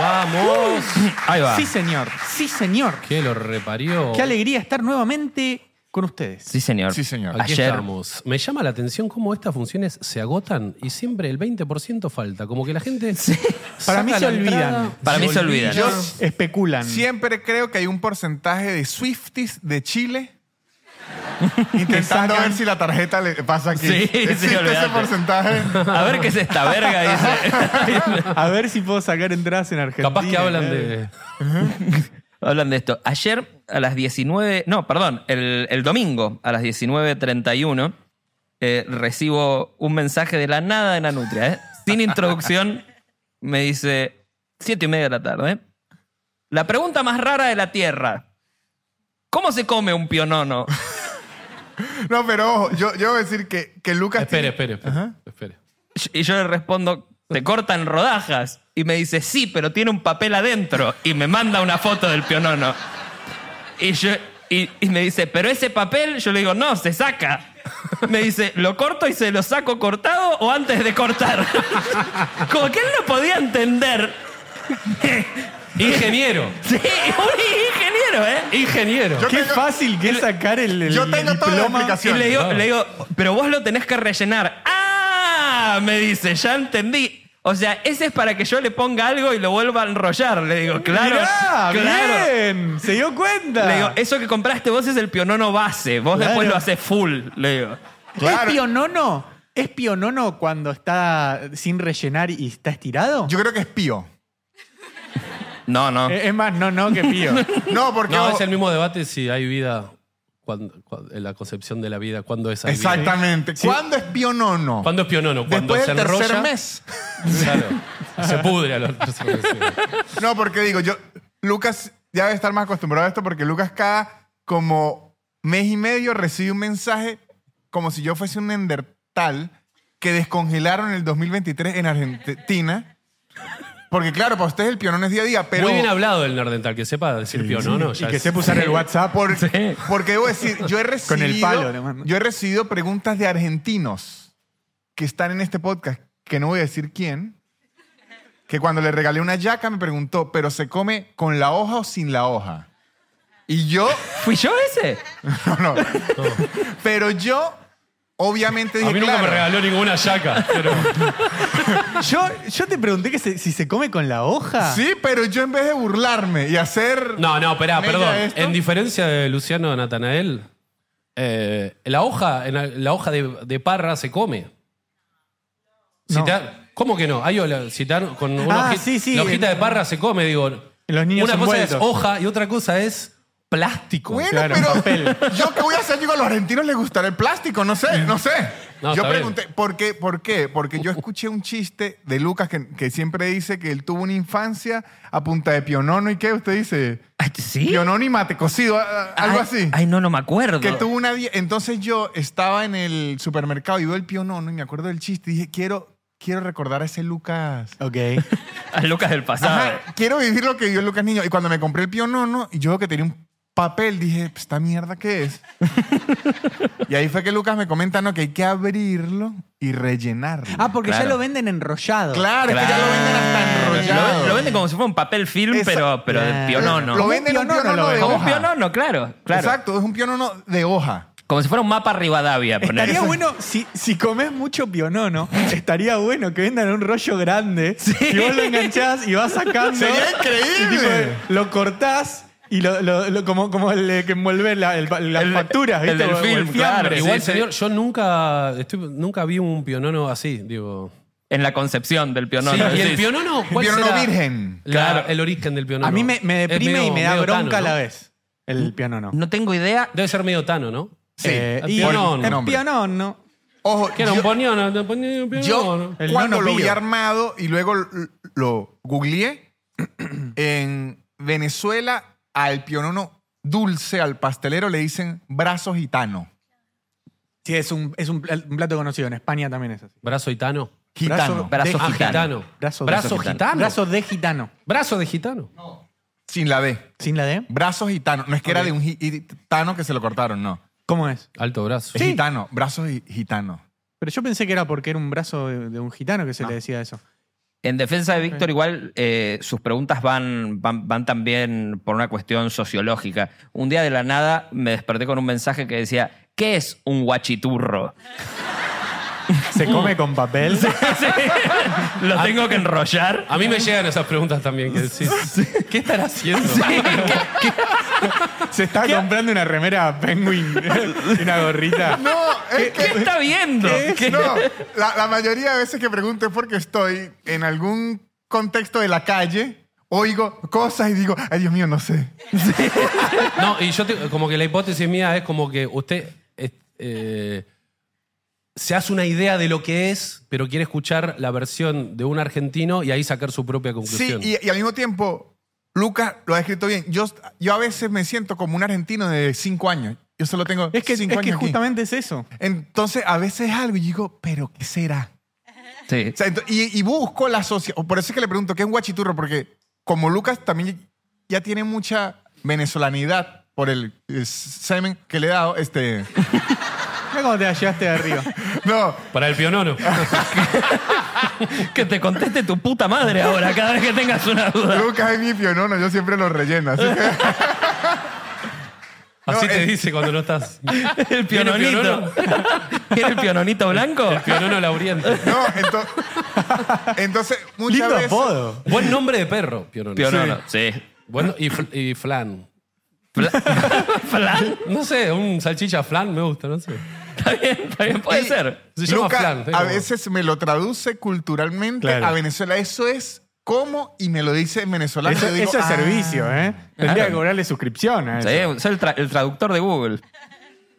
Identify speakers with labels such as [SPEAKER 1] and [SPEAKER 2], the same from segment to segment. [SPEAKER 1] Ah. Ahí va.
[SPEAKER 2] Sí, señor. Sí, señor.
[SPEAKER 3] ¿Qué lo reparió?
[SPEAKER 2] Qué alegría estar nuevamente con ustedes.
[SPEAKER 1] Sí, señor.
[SPEAKER 4] Sí, señor.
[SPEAKER 3] Aquí
[SPEAKER 1] Ayer.
[SPEAKER 3] estamos. Me llama la atención cómo estas funciones se agotan y siempre el 20% falta. Como que la gente.
[SPEAKER 2] Para mí se olvidan.
[SPEAKER 1] Para mí se olvidan.
[SPEAKER 4] Yo
[SPEAKER 2] Especulan.
[SPEAKER 3] Mm.
[SPEAKER 4] siempre creo que hay un porcentaje de Swifties de Chile
[SPEAKER 2] que
[SPEAKER 4] intentando
[SPEAKER 2] sacan-
[SPEAKER 4] ver si la tarjeta le pasa aquí.
[SPEAKER 1] Sí, sí,
[SPEAKER 4] Existe ese
[SPEAKER 1] olvídate.
[SPEAKER 4] porcentaje.
[SPEAKER 1] A ver qué es esta verga, dice.
[SPEAKER 2] A ver si puedo sacar entradas en Argentina.
[SPEAKER 3] Capaz que
[SPEAKER 2] eh.
[SPEAKER 3] hablan de.
[SPEAKER 1] Hablan de esto. Ayer a las 19. No, perdón, el, el domingo a las 19.31 eh, recibo un mensaje de la nada de Nanutria, ¿eh? Sin introducción, me dice: siete y media de la tarde. ¿eh? La pregunta más rara de la tierra: ¿Cómo se come un pionono?
[SPEAKER 4] No, pero ojo, yo, yo voy a decir que, que Lucas.
[SPEAKER 3] Espere, espere,
[SPEAKER 4] tiene-
[SPEAKER 3] espere. espere.
[SPEAKER 1] Y yo le respondo: Te cortan rodajas. Y me dice: Sí, pero tiene un papel adentro. Y me manda una foto del pionono. Y, yo, y, y me dice, pero ese papel, yo le digo, no, se saca. Me dice, ¿lo corto y se lo saco cortado o antes de cortar? Como que él no podía entender.
[SPEAKER 3] Ingeniero.
[SPEAKER 1] Sí, un ingeniero, ¿eh?
[SPEAKER 3] Ingeniero.
[SPEAKER 4] Yo
[SPEAKER 2] Qué
[SPEAKER 4] tengo-
[SPEAKER 2] fácil que es sacar el, el
[SPEAKER 4] Yo tengo toda la
[SPEAKER 2] diploma.
[SPEAKER 4] explicación.
[SPEAKER 1] Y le digo,
[SPEAKER 3] Claro.
[SPEAKER 1] le digo, pero vos lo tenés que rellenar. ¡Ah! Me dice, ya entendí. O sea, ese es para que yo le ponga algo y lo vuelva a enrollar. Le digo, claro.
[SPEAKER 2] Mirá,
[SPEAKER 1] claro.
[SPEAKER 2] bien. Se dio cuenta.
[SPEAKER 1] Le digo, eso que compraste vos es el pionono base. Vos después
[SPEAKER 2] Claro.
[SPEAKER 1] lo haces full. Le digo.
[SPEAKER 4] Claro.
[SPEAKER 2] ¿Es pionono? ¿Es pionono cuando está sin rellenar y está estirado?
[SPEAKER 4] Yo creo que es pío.
[SPEAKER 1] No, no.
[SPEAKER 2] Eh, Es más, no, no, que pío.
[SPEAKER 4] No, porque.
[SPEAKER 3] No,
[SPEAKER 4] ojo,
[SPEAKER 3] es el mismo debate si hay vida. cuando- cuando- en la concepción de la vida, ¿cuándo es hay vida?
[SPEAKER 4] Exactamente. ¿Cuándo es pío no no?
[SPEAKER 3] ¿Cuándo es pionono? Cuando
[SPEAKER 4] Después
[SPEAKER 3] se
[SPEAKER 4] del tercer
[SPEAKER 3] enrolla.
[SPEAKER 4] mes.
[SPEAKER 3] Claro. Se pudre a los terceros meses.
[SPEAKER 4] No, porque digo, yo. Lucas ya debe estar más acostumbrado a esto porque Lucas cada como mes y medio recibe un mensaje como si yo fuese un Neandertal que descongelaron en el 2023 en Argentina. Porque claro, para ustedes el pionón es día a día, pero...
[SPEAKER 3] Muy bien hablado el Nerdental, que sepa decir pionono.
[SPEAKER 2] y
[SPEAKER 3] ya
[SPEAKER 2] que
[SPEAKER 3] es-
[SPEAKER 2] sepa usar el WhatsApp.
[SPEAKER 4] Por-
[SPEAKER 1] Sí.
[SPEAKER 4] Porque debo decir, yo he recibido,
[SPEAKER 2] Con el palo, le mando.
[SPEAKER 4] yo he recibido preguntas de argentinos que están en este podcast, que no voy a decir quién, que cuando le regalé una yaca me preguntó, ¿pero se come con la hoja o sin la hoja? Y yo,
[SPEAKER 1] ¿Fui yo ese?
[SPEAKER 4] no, no. Pero yo, obviamente dije,
[SPEAKER 3] A mí nunca me
[SPEAKER 4] "Claro".
[SPEAKER 3] regaló ninguna yaca, pero
[SPEAKER 2] Yo, yo te pregunté que se- si se come con la hoja.
[SPEAKER 4] Sí, pero yo en vez de burlarme y hacer...
[SPEAKER 3] No, no, esperá,
[SPEAKER 4] Mella
[SPEAKER 3] perdón.
[SPEAKER 4] esto.
[SPEAKER 3] En diferencia de Luciano Natanael, eh, la hoja, en la, la hoja de, de parra se come. Si
[SPEAKER 2] No.
[SPEAKER 3] te dan- ¿Cómo que no? Hay hola- si te dan con una
[SPEAKER 2] Ah,
[SPEAKER 3] hoji-
[SPEAKER 2] sí, sí.
[SPEAKER 3] la hojita de parra se come, digo.
[SPEAKER 2] Los niños
[SPEAKER 3] una cosa es
[SPEAKER 2] envueltos.
[SPEAKER 3] hoja y otra cosa es plástico.
[SPEAKER 4] Bueno,
[SPEAKER 2] Claro,
[SPEAKER 4] pero
[SPEAKER 2] papel.
[SPEAKER 4] yo qué voy a hacer, digo, a los argentinos les gustará el plástico, no sé, no sé.
[SPEAKER 3] No,
[SPEAKER 4] yo
[SPEAKER 3] está
[SPEAKER 4] pregunté, ¿por qué? ¿Por qué? Porque yo escuché un chiste de Lucas que, que siempre dice que él tuvo una infancia a punta de pionono y qué usted dice,
[SPEAKER 1] Ay, ¿Sí?
[SPEAKER 4] pionono y mate cocido, a- a- algo
[SPEAKER 1] Ay,
[SPEAKER 4] así.
[SPEAKER 1] Ay, no, no me acuerdo.
[SPEAKER 4] Que tuvo una die- entonces yo estaba en el supermercado y veo el pionono y me acuerdo del chiste y dije, quiero quiero recordar a ese Lucas.
[SPEAKER 2] Ok.
[SPEAKER 1] A Lucas del pasado.
[SPEAKER 4] Ajá, quiero vivir lo que vio Lucas niño y cuando me compré el pionono y yo veo que tenía un papel dije "Pues, esta mierda qué es y ahí fue que Lucas me comenta no que hay que abrirlo y rellenarlo
[SPEAKER 2] Ah, porque
[SPEAKER 1] Claro.
[SPEAKER 2] ya lo venden enrollado.
[SPEAKER 4] claro, es que ya lo venden hasta
[SPEAKER 1] Claro.
[SPEAKER 4] enrollado
[SPEAKER 1] Lo, lo venden como si fuera un papel film,
[SPEAKER 4] Esa-
[SPEAKER 1] pero, pero de
[SPEAKER 2] Claro.
[SPEAKER 1] pionono.
[SPEAKER 4] Lo
[SPEAKER 2] Como un
[SPEAKER 4] venden un
[SPEAKER 2] pionono
[SPEAKER 4] pionono,
[SPEAKER 2] lo
[SPEAKER 4] de
[SPEAKER 2] venden.
[SPEAKER 1] como
[SPEAKER 4] hoja
[SPEAKER 1] un pionono, claro. claro.
[SPEAKER 4] exacto es un pionono de hoja
[SPEAKER 1] Como si fuera un mapa Rivadavia. ponele.
[SPEAKER 2] Estaría bueno, si, si comes mucho pionono, estaría bueno que vendan un rollo grande y vos lo enganchás y vas sacando.
[SPEAKER 4] Sería
[SPEAKER 2] Y
[SPEAKER 4] increíble.
[SPEAKER 2] tipo, lo cortás y lo, lo- lo- como, como el de que envuelve la, el- las
[SPEAKER 1] El-
[SPEAKER 2] facturas,
[SPEAKER 1] el
[SPEAKER 2] ¿viste?
[SPEAKER 1] del
[SPEAKER 2] O- o
[SPEAKER 1] film,
[SPEAKER 2] fiambre.
[SPEAKER 1] claro.
[SPEAKER 3] Igual,
[SPEAKER 1] Sí, sí.
[SPEAKER 3] señor, yo nunca, estoy- nunca vi un pionono así, digo.
[SPEAKER 1] En la concepción del pionono.
[SPEAKER 3] Sí, ¿Y
[SPEAKER 1] Sí.
[SPEAKER 3] el pionono? ¿Cuál
[SPEAKER 4] pionono
[SPEAKER 3] será
[SPEAKER 4] virgen.
[SPEAKER 3] la-
[SPEAKER 1] Claro.
[SPEAKER 3] El origen del pionono.
[SPEAKER 2] A mí me, me
[SPEAKER 3] Es
[SPEAKER 2] deprime
[SPEAKER 3] medio-
[SPEAKER 2] y me da
[SPEAKER 3] medio
[SPEAKER 2] bronca
[SPEAKER 3] tano,
[SPEAKER 2] a la
[SPEAKER 3] ¿no? Mm.
[SPEAKER 2] vez el pionono.
[SPEAKER 1] No tengo idea.
[SPEAKER 3] Debe ser medio tano, ¿no?
[SPEAKER 4] sí
[SPEAKER 2] Eh, y-
[SPEAKER 3] pionono.
[SPEAKER 2] el
[SPEAKER 4] Nombre.
[SPEAKER 2] pionono.
[SPEAKER 4] ojo
[SPEAKER 3] Que era un
[SPEAKER 4] yo-
[SPEAKER 3] pionono, un pionono, un
[SPEAKER 4] Yo
[SPEAKER 3] pionono.
[SPEAKER 2] El
[SPEAKER 4] cuando
[SPEAKER 2] nono
[SPEAKER 4] lo vi
[SPEAKER 2] pío.
[SPEAKER 4] armado y luego l- lo googleé, en Venezuela al pionono dulce, al pastelero, le dicen brazo gitano.
[SPEAKER 2] Sí, es un, es un pl- un plato conocido. En España también es así.
[SPEAKER 3] Brazo gitano.
[SPEAKER 4] Gitano.
[SPEAKER 1] Brazo
[SPEAKER 3] Ah,
[SPEAKER 1] gitano.
[SPEAKER 3] gitano.
[SPEAKER 2] Brazo,
[SPEAKER 3] Brazo
[SPEAKER 2] brazo
[SPEAKER 3] gitano.
[SPEAKER 2] Brazo de gitano.
[SPEAKER 3] Brazo de gitano.
[SPEAKER 4] sin la D.
[SPEAKER 2] ¿Sin la D?
[SPEAKER 4] Brazo gitano. No es que era de un gi- gitano que se lo cortaron, no.
[SPEAKER 2] ¿Cómo es?
[SPEAKER 3] Alto brazo.
[SPEAKER 4] Es gitano, brazo gi- gitano.
[SPEAKER 2] Pero yo pensé que era porque era un brazo de, de un gitano que se le decía eso.
[SPEAKER 1] En defensa de Víctor, igual eh, sus preguntas van, van, van también por una cuestión sociológica. Un día de la nada me desperté con un mensaje que decía: ¿Qué es un guachiturro?
[SPEAKER 2] ¿Se come con papel?
[SPEAKER 3] Ah.
[SPEAKER 1] ¿Lo tengo que enrollar?
[SPEAKER 3] A mí me llegan esas preguntas también. Que decís, ¿Qué estará haciendo?
[SPEAKER 2] ¿Se está comprando una remera penguin y una gorrita?
[SPEAKER 4] No, es
[SPEAKER 1] ¿Qué
[SPEAKER 4] que.
[SPEAKER 1] está viendo? ¿Qué-
[SPEAKER 4] No, la, la mayoría de veces que pregunto es porque estoy en algún contexto de la calle, oigo cosas y digo, ay Dios mío, no sé.
[SPEAKER 3] No, y yo te- como que la hipótesis mía es como que usted es- eh, se hace una idea de lo que es, pero quiere escuchar la versión de un argentino y ahí sacar su propia
[SPEAKER 4] Sí,
[SPEAKER 3] conclusión.
[SPEAKER 4] y, y al mismo tiempo, Lucas lo ha escrito bien. Yo, yo a veces me siento como un argentino de cinco años. Yo solo tengo
[SPEAKER 2] Es que, es
[SPEAKER 4] cinco
[SPEAKER 2] que
[SPEAKER 4] años aquí.
[SPEAKER 2] justamente es eso.
[SPEAKER 4] Entonces, a veces es algo y digo, ¿pero qué será?
[SPEAKER 1] Sí.
[SPEAKER 4] O sea, ento- y, y busco la asociación. Por eso es que le pregunto, ¿qué es un guachiturro? Porque como Lucas también ya tiene mucha venezolanidad por el, el semen que le he dado, este...
[SPEAKER 2] Mira cómo te la llevaste de arriba.
[SPEAKER 4] No,
[SPEAKER 3] Para el pionono.
[SPEAKER 1] Que te conteste tu puta madre ahora cada vez que tengas una duda.
[SPEAKER 4] Lucas es mi pionono, yo siempre lo relleno. así que-
[SPEAKER 3] Así
[SPEAKER 4] No,
[SPEAKER 3] te
[SPEAKER 4] es-
[SPEAKER 3] dice cuando no estás.
[SPEAKER 1] El
[SPEAKER 3] ¿Viene el
[SPEAKER 1] piononito. ¿Tiene el piononito blanco?
[SPEAKER 3] El pionono lauriente.
[SPEAKER 4] no, ento- entonces muchas
[SPEAKER 2] Lindo
[SPEAKER 4] veces...
[SPEAKER 2] apodo.
[SPEAKER 3] Buen nombre de perro, pionono.
[SPEAKER 1] Pionono, sí.
[SPEAKER 3] Bueno, y, fl- y flan.
[SPEAKER 1] Fla- Flan.
[SPEAKER 3] No sé, un salchicha flan me gusta, no sé.
[SPEAKER 1] Está bien, está bien, puede
[SPEAKER 4] Y
[SPEAKER 1] ser.
[SPEAKER 3] Se llama
[SPEAKER 4] Luca
[SPEAKER 3] flan. sí,
[SPEAKER 4] a
[SPEAKER 3] como-
[SPEAKER 4] veces me lo traduce culturalmente
[SPEAKER 2] Claro.
[SPEAKER 4] a Venezuela. Eso es como y me lo dice en venezolano.
[SPEAKER 2] Eso,
[SPEAKER 4] Yo digo,
[SPEAKER 2] eso es
[SPEAKER 4] "Ah".
[SPEAKER 2] servicio, ¿eh? Tendría
[SPEAKER 1] Claro.
[SPEAKER 2] que cobrarle suscripción a
[SPEAKER 1] Sí,
[SPEAKER 2] eso.
[SPEAKER 1] soy el, tra- el traductor de Google.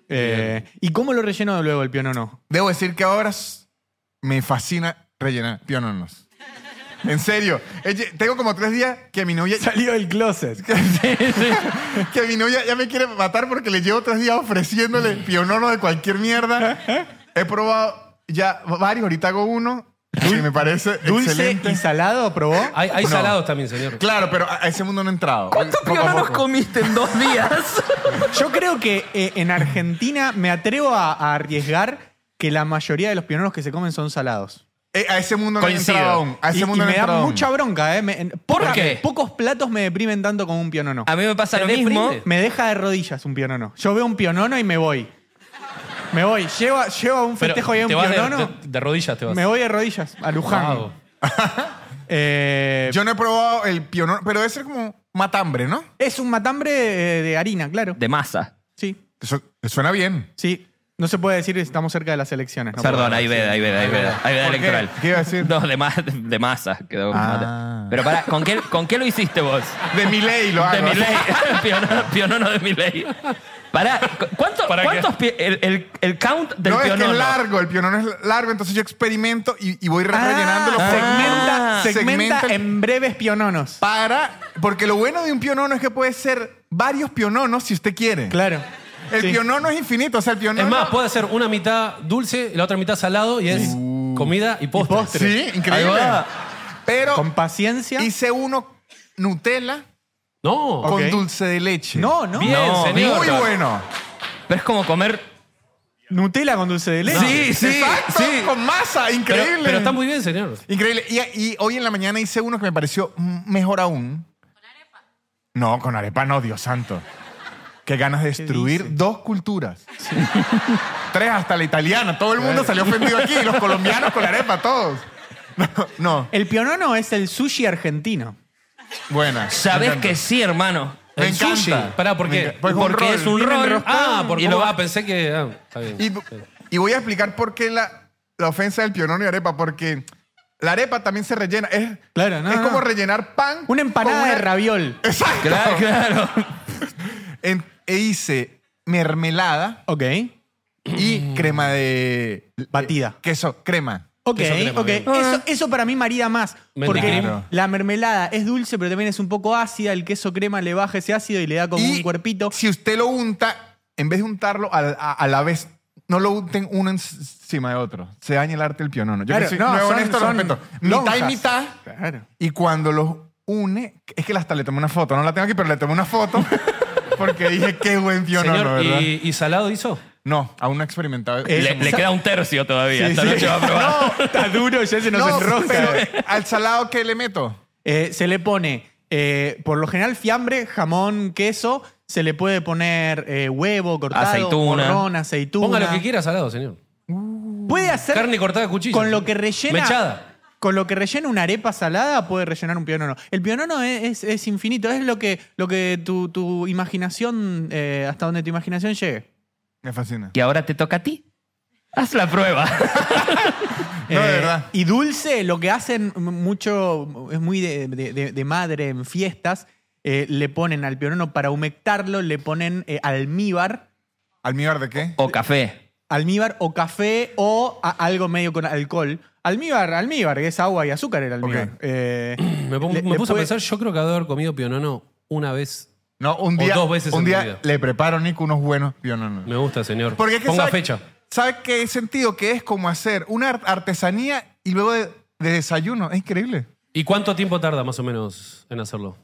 [SPEAKER 2] Eh, ¿Y cómo lo rellenó luego el pionono?
[SPEAKER 4] Debo decir que ahora s- me fascina rellenar piononos. En serio. Ella- Tengo como tres días que mi novia...
[SPEAKER 2] Salió del closet.
[SPEAKER 4] que mi novia ya me quiere matar porque le llevo tres días ofreciéndole pionono de cualquier mierda. He probado ya varios, ahorita hago uno que me parece
[SPEAKER 2] ¿Dulce
[SPEAKER 4] excelente.
[SPEAKER 2] y salado probó?
[SPEAKER 3] Hay, hay
[SPEAKER 4] No.
[SPEAKER 3] salados también, señor.
[SPEAKER 4] Claro, pero a ese mundo no he entrado.
[SPEAKER 1] ¿Cuántos
[SPEAKER 4] Poco a
[SPEAKER 1] piononos
[SPEAKER 4] poco.
[SPEAKER 1] comiste en dos días?
[SPEAKER 2] Yo creo que eh, en Argentina me atrevo a, a arriesgar que la mayoría de los pioneros que se comen son salados.
[SPEAKER 4] Eh, a ese mundo no he
[SPEAKER 1] Coincido.
[SPEAKER 4] entrado aún. A ese
[SPEAKER 2] Y,
[SPEAKER 4] mundo
[SPEAKER 2] y
[SPEAKER 4] no he
[SPEAKER 2] me da
[SPEAKER 4] entrado aún.
[SPEAKER 2] mucha bronca, ¿eh? Me- en- poca-
[SPEAKER 1] qué?
[SPEAKER 2] Pocos platos me deprimen tanto como un pionono.
[SPEAKER 1] A mí me pasa lo
[SPEAKER 3] ¿Te
[SPEAKER 1] mismo.
[SPEAKER 3] deprime?
[SPEAKER 2] Me deja de rodillas un pionono. Yo veo un pionono y me voy. Me voy. Llevo, llevo a un
[SPEAKER 3] Pero
[SPEAKER 2] festejo y a un
[SPEAKER 3] te vas de-
[SPEAKER 2] pionono.
[SPEAKER 3] de, de rodillas te vas.
[SPEAKER 2] me voy de rodillas, a Luján.
[SPEAKER 3] Wow.
[SPEAKER 2] Eh,
[SPEAKER 4] Yo no he probado el pionono, pero debe ser como matambre, ¿no?
[SPEAKER 2] Es un matambre eh, de harina, claro.
[SPEAKER 1] De masa.
[SPEAKER 2] Sí,
[SPEAKER 4] Eso, suena bien.
[SPEAKER 2] sí. No se puede decir que estamos cerca de las elecciones. no
[SPEAKER 1] Perdón,
[SPEAKER 2] puedo
[SPEAKER 1] ahí veda, ahí veda, ahí veda. Ahí veda
[SPEAKER 4] ¿Por qué?
[SPEAKER 1] electoral.
[SPEAKER 4] ¿Qué iba a decir?
[SPEAKER 1] No, de, ma- de masa. quedó
[SPEAKER 4] Ah.
[SPEAKER 1] Pero pará, ¿con qué, ¿con qué lo hiciste vos?
[SPEAKER 4] De mi ley lo hago.
[SPEAKER 1] De mi ley. pionono, pionono de mi ley. Pará, ¿cu- ¿cuánto-
[SPEAKER 3] ¿Para qué?
[SPEAKER 1] ¿cuántos pie- el, el- el count del
[SPEAKER 4] no, es que
[SPEAKER 1] pionono?
[SPEAKER 4] es largo, el pionono es largo, entonces yo experimento y, y voy re- rellenándolo por-
[SPEAKER 2] segmenta,
[SPEAKER 1] Ah.
[SPEAKER 2] segmenta
[SPEAKER 4] segmenta-
[SPEAKER 2] en breves piononos.
[SPEAKER 4] para. Porque lo bueno de un pionono es que puede ser varios piononos si usted quiere.
[SPEAKER 2] Claro.
[SPEAKER 4] El
[SPEAKER 2] Sí.
[SPEAKER 4] pionono es infinito, o sea, el pionono.
[SPEAKER 3] Es más, puede hacer una mitad dulce y la otra mitad salado y es comida y postre.
[SPEAKER 2] Y postre.
[SPEAKER 4] Uh. Sí, increíble.
[SPEAKER 1] Ahí va.
[SPEAKER 4] Pero
[SPEAKER 2] Con paciencia.
[SPEAKER 4] hice uno Nutella
[SPEAKER 3] No.
[SPEAKER 2] Ok.
[SPEAKER 4] con dulce de leche.
[SPEAKER 2] No, no.
[SPEAKER 3] Bien,
[SPEAKER 1] No,
[SPEAKER 3] señor.
[SPEAKER 4] Muy bueno.
[SPEAKER 1] Pero es como comer.
[SPEAKER 2] Nutella con dulce de leche.
[SPEAKER 1] Sí, sí,
[SPEAKER 4] Exacto,
[SPEAKER 1] sí.
[SPEAKER 4] con masa,
[SPEAKER 3] Pero,
[SPEAKER 4] increíble.
[SPEAKER 3] pero está muy bien, señor.
[SPEAKER 4] Increíble. Y, y hoy en la mañana hice uno que me pareció mm, mejor aún. ¿Con arepa? No, con arepa no, Dios santo. Qué ganas de destruir
[SPEAKER 2] dice?
[SPEAKER 4] dos culturas. Tres, hasta la italiana. Todo el mundo salió ofendido aquí. Los colombianos con arepa, todos. No, no.
[SPEAKER 2] El pionono es el sushi argentino.
[SPEAKER 4] buena.
[SPEAKER 1] Sabés
[SPEAKER 4] Me encanta.
[SPEAKER 1] que sí, hermano.
[SPEAKER 4] Me
[SPEAKER 3] el sushi.
[SPEAKER 4] encanta.
[SPEAKER 3] Pará, ¿por
[SPEAKER 4] Me
[SPEAKER 3] qué?
[SPEAKER 4] encanta. Pues un
[SPEAKER 1] Porque
[SPEAKER 4] roll.
[SPEAKER 1] es un rol.
[SPEAKER 3] Ah, porque
[SPEAKER 1] y lo va
[SPEAKER 3] pensé que. ah, está bien.
[SPEAKER 4] Y, y voy a explicar por qué la, la ofensa del pionono y arepa, porque la arepa también se rellena. Es,
[SPEAKER 2] Claro, no,
[SPEAKER 4] es
[SPEAKER 2] no.
[SPEAKER 4] como rellenar pan.
[SPEAKER 2] Una empanada
[SPEAKER 4] con una-
[SPEAKER 2] de raviol.
[SPEAKER 4] Exacto.
[SPEAKER 1] Claro, claro.
[SPEAKER 4] En- e hice mermelada
[SPEAKER 2] Ok.
[SPEAKER 4] y crema de. eh,
[SPEAKER 2] Batida.
[SPEAKER 4] Queso, crema.
[SPEAKER 2] Ok,
[SPEAKER 3] Queso crema,
[SPEAKER 2] ok.
[SPEAKER 3] bien.
[SPEAKER 2] Eso, eso para mí marida más.
[SPEAKER 3] Me
[SPEAKER 2] Porque
[SPEAKER 3] entiendo.
[SPEAKER 2] la mermelada es dulce, pero también es un poco ácida. El queso crema le baja ese ácido y le da como
[SPEAKER 4] y
[SPEAKER 2] un cuerpito.
[SPEAKER 4] Si usted lo unta, en vez de untarlo a, a- a la vez, no lo unten uno encima de otro. Se daña el arte del pionono. Yo
[SPEAKER 2] Claro,
[SPEAKER 4] que soy
[SPEAKER 2] no,
[SPEAKER 4] nuevo
[SPEAKER 2] son-
[SPEAKER 4] en esto, lo
[SPEAKER 2] son
[SPEAKER 4] respeto.
[SPEAKER 2] lonjas.
[SPEAKER 4] Mitad y mitad.
[SPEAKER 2] Claro.
[SPEAKER 4] Y cuando los une, es que hasta le tomé una foto, no la tengo aquí, pero le tomé una foto porque dije, qué buen pionono,
[SPEAKER 3] señor,
[SPEAKER 4] ¿verdad?
[SPEAKER 3] ¿y, y salado hizo?
[SPEAKER 4] No, aún no he experimentado.
[SPEAKER 2] Eh,
[SPEAKER 1] Le, le queda un tercio todavía. Esta noche va a probar.
[SPEAKER 2] No, está duro, ya se nos
[SPEAKER 4] no,
[SPEAKER 2] enrosca.
[SPEAKER 4] pero al salado que le meto.
[SPEAKER 2] Eh, se le pone, eh, por lo general, fiambre, jamón, queso. Se le puede poner eh, huevo cortado,
[SPEAKER 1] Aceituna.
[SPEAKER 2] morrón, aceituna.
[SPEAKER 3] Ponga lo que quiera salado, señor.
[SPEAKER 2] Puede hacer
[SPEAKER 3] Carne cortada a cuchillo.
[SPEAKER 2] con lo que rellena.
[SPEAKER 3] Mechada.
[SPEAKER 2] Con lo que rellena una arepa salada puede rellenar un pionono. El pionono es, es, es infinito, es lo que, lo que tu, tu imaginación, eh, hasta donde tu imaginación llegue.
[SPEAKER 4] Me fascina.
[SPEAKER 1] Que ahora te toca a ti. Haz la prueba.
[SPEAKER 4] No, de verdad.
[SPEAKER 2] Eh, Y dulce, lo que hacen m- mucho, es muy de, de- de- de madre en fiestas, eh, le ponen al pionono para humectarlo, le ponen eh, almíbar,
[SPEAKER 4] ¿Almíbar de qué?
[SPEAKER 1] o café.
[SPEAKER 2] almíbar o café o a- algo medio con alcohol. Almíbar, almíbar, que es agua y azúcar el almíbar.
[SPEAKER 4] Ok.
[SPEAKER 2] Eh,
[SPEAKER 3] Me, pongo-
[SPEAKER 2] le-
[SPEAKER 3] me
[SPEAKER 2] le
[SPEAKER 3] puse
[SPEAKER 2] puede-
[SPEAKER 3] a pensar, yo creo que haber comido pionono una vez.
[SPEAKER 4] No, un
[SPEAKER 3] O
[SPEAKER 4] día.
[SPEAKER 3] dos veces
[SPEAKER 4] un
[SPEAKER 3] en
[SPEAKER 4] día
[SPEAKER 3] mi vida.
[SPEAKER 4] le preparo, Nico, unos buenos piononos.
[SPEAKER 3] Me gusta, señor.
[SPEAKER 4] Porque es que
[SPEAKER 3] Ponga
[SPEAKER 4] sabe-
[SPEAKER 3] fecha.
[SPEAKER 4] ¿Sabe qué sentido? Que es como hacer una ar- artesanía y luego de, de desayuno. Es increíble.
[SPEAKER 3] ¿Y cuánto tiempo tarda más o menos en hacerlo?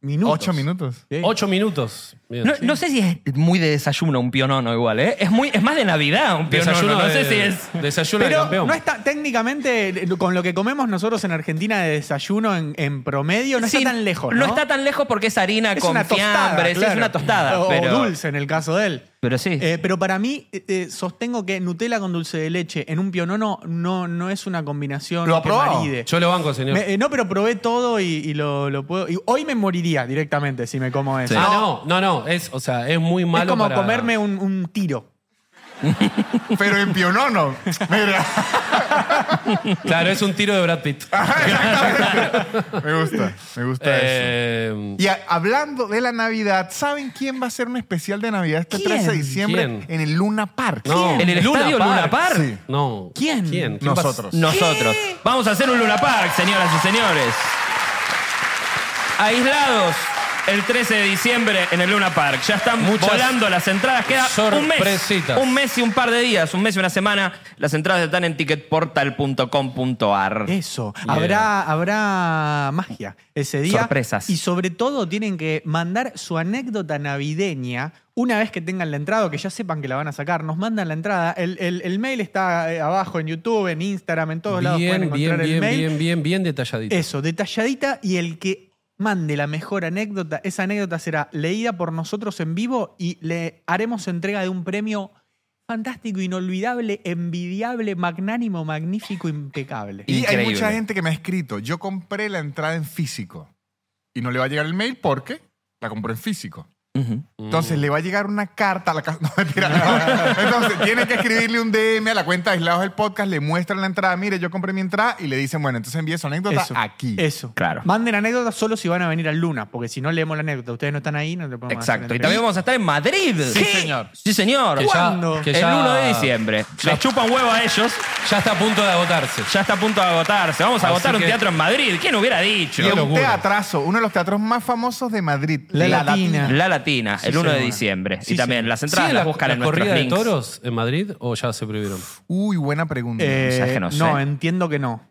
[SPEAKER 2] minutos.
[SPEAKER 4] Ocho minutos.
[SPEAKER 2] Sí.
[SPEAKER 3] Ocho minutos. Bien.
[SPEAKER 1] No, no sé si es muy de desayuno un pionono igual, ¿eh? Es, muy, es más de Navidad un pionono.
[SPEAKER 3] Desayuno
[SPEAKER 1] no
[SPEAKER 3] de-
[SPEAKER 1] sé si es...
[SPEAKER 3] Desayuno de
[SPEAKER 2] Pero
[SPEAKER 3] campeón.
[SPEAKER 2] no está técnicamente, eh, con lo que comemos nosotros en Argentina de desayuno en, en promedio, no
[SPEAKER 1] Sí,
[SPEAKER 2] está tan lejos. No,
[SPEAKER 1] No está tan lejos porque es harina
[SPEAKER 2] Es
[SPEAKER 1] con
[SPEAKER 2] una tostada,
[SPEAKER 1] fiambre, sí, es
[SPEAKER 2] claro.
[SPEAKER 1] una tostada.
[SPEAKER 2] O
[SPEAKER 1] pero,
[SPEAKER 2] dulce en el caso de él.
[SPEAKER 1] Pero sí.
[SPEAKER 2] Eh, pero para mí, eh, eh, sostengo que Nutella con dulce de leche en un pionono no, no es una combinación
[SPEAKER 4] ¿Lo ha
[SPEAKER 2] que
[SPEAKER 4] probado?
[SPEAKER 2] maride.
[SPEAKER 3] Yo lo banco, señor.
[SPEAKER 2] Me- eh, no, pero probé todo y, y lo, lo puedo. y hoy me moriría directamente si me como eso.
[SPEAKER 1] Sí.
[SPEAKER 2] Ah,
[SPEAKER 3] Ah, no, no, no. Es, o sea, es muy malo
[SPEAKER 2] es como
[SPEAKER 3] para-
[SPEAKER 2] comerme un, un tiro.
[SPEAKER 4] Pero en pionono. Mira.
[SPEAKER 3] Claro, es un tiro de Brad Pitt.
[SPEAKER 2] Ah,
[SPEAKER 4] Me gusta. Me gusta eso.
[SPEAKER 3] Eh,
[SPEAKER 4] Y a- hablando de la Navidad, ¿saben quién va a hacer un especial de Navidad este
[SPEAKER 2] ¿Quién?
[SPEAKER 4] 13 de diciembre
[SPEAKER 3] ¿Quién?
[SPEAKER 4] en el Luna Park?
[SPEAKER 3] No.
[SPEAKER 1] ¿En el
[SPEAKER 3] Luna
[SPEAKER 1] estadio
[SPEAKER 3] Park.
[SPEAKER 1] Luna Park?
[SPEAKER 4] Sí.
[SPEAKER 3] No.
[SPEAKER 2] ¿Quién?
[SPEAKER 3] ¿Quién? ¿Quién
[SPEAKER 4] Nosotros.
[SPEAKER 1] Nosotros. Vamos a hacer un Luna Park, señoras y señores. Aislados el 13 de diciembre en el Luna Park. Ya están
[SPEAKER 3] Muchas
[SPEAKER 1] volando las entradas. Queda un mes.
[SPEAKER 3] sorpresitas.
[SPEAKER 1] Un mes y un par de días, un mes y una semana. Las entradas están en ticketportal.com.ar.
[SPEAKER 2] Eso.
[SPEAKER 3] Yeah.
[SPEAKER 2] Habrá, habrá magia ese día.
[SPEAKER 1] Sorpresas.
[SPEAKER 2] Y sobre todo tienen que mandar su anécdota navideña una vez que tengan la entrada o que ya sepan que la van a sacar. Nos mandan la entrada. El, el- el mail está eh, abajo en YouTube, en Instagram, en todos lados pueden
[SPEAKER 3] Bien, bien,
[SPEAKER 2] encontrar el
[SPEAKER 3] bien,
[SPEAKER 2] mail.
[SPEAKER 3] bien, bien, bien detalladito.
[SPEAKER 2] Eso, detalladita y el que mande la mejor anécdota, esa anécdota será leída por nosotros en vivo y le haremos entrega de un premio fantástico, inolvidable, envidiable, magnánimo, magnífico, impecable.
[SPEAKER 4] Y
[SPEAKER 1] Increíble.
[SPEAKER 4] hay mucha gente que me ha escrito, yo compré la entrada en físico y no le va a llegar el mail porque la compró en físico.
[SPEAKER 1] Ujú.
[SPEAKER 4] Entonces le va a llegar una carta a la casa. No, mentira, no. Entonces tiene que escribirle un DM a la cuenta de aislados del podcast, le muestran la entrada, mire, yo compré mi entrada y le dicen, bueno, entonces envíe su anécdota
[SPEAKER 2] Eso,
[SPEAKER 4] aquí.
[SPEAKER 2] Eso.
[SPEAKER 1] Claro.
[SPEAKER 2] Manden anécdotas solo si van a venir al Luna, porque si no leemos la anécdota, ustedes no están ahí, no le podemos
[SPEAKER 1] Exacto.
[SPEAKER 2] hacer
[SPEAKER 1] Y también
[SPEAKER 2] entrega.
[SPEAKER 1] vamos a estar en Madrid.
[SPEAKER 4] Sí, señor.
[SPEAKER 1] Sí, señor.
[SPEAKER 3] Que ya-
[SPEAKER 2] ¿Cuándo?
[SPEAKER 3] que
[SPEAKER 1] el
[SPEAKER 3] ya-
[SPEAKER 1] 1 de diciembre.
[SPEAKER 3] Ya-
[SPEAKER 1] Les chupan huevo a ellos.
[SPEAKER 3] Ya está a punto de agotarse.
[SPEAKER 1] Ya está a punto de agotarse. Vamos a
[SPEAKER 3] Así
[SPEAKER 1] agotar un
[SPEAKER 3] que-
[SPEAKER 1] teatro en Madrid. ¿Quién hubiera dicho?
[SPEAKER 4] Y es un
[SPEAKER 3] locura.
[SPEAKER 4] teatrazo, uno de los teatros más famosos de Madrid.
[SPEAKER 2] La Latina.
[SPEAKER 1] La Latina, el 1 de
[SPEAKER 2] señora.
[SPEAKER 1] diciembre.
[SPEAKER 2] Sí,
[SPEAKER 1] y también
[SPEAKER 2] señora.
[SPEAKER 1] las entradas
[SPEAKER 3] ¿Sigue
[SPEAKER 1] las buscan
[SPEAKER 3] la
[SPEAKER 1] en nuestros
[SPEAKER 3] corrida de
[SPEAKER 1] links.
[SPEAKER 3] toros en Madrid o ya se prohibieron?
[SPEAKER 4] Uy, buena pregunta.
[SPEAKER 2] Eh,
[SPEAKER 1] Mensaje no sé.
[SPEAKER 2] entiendo que no. Eh,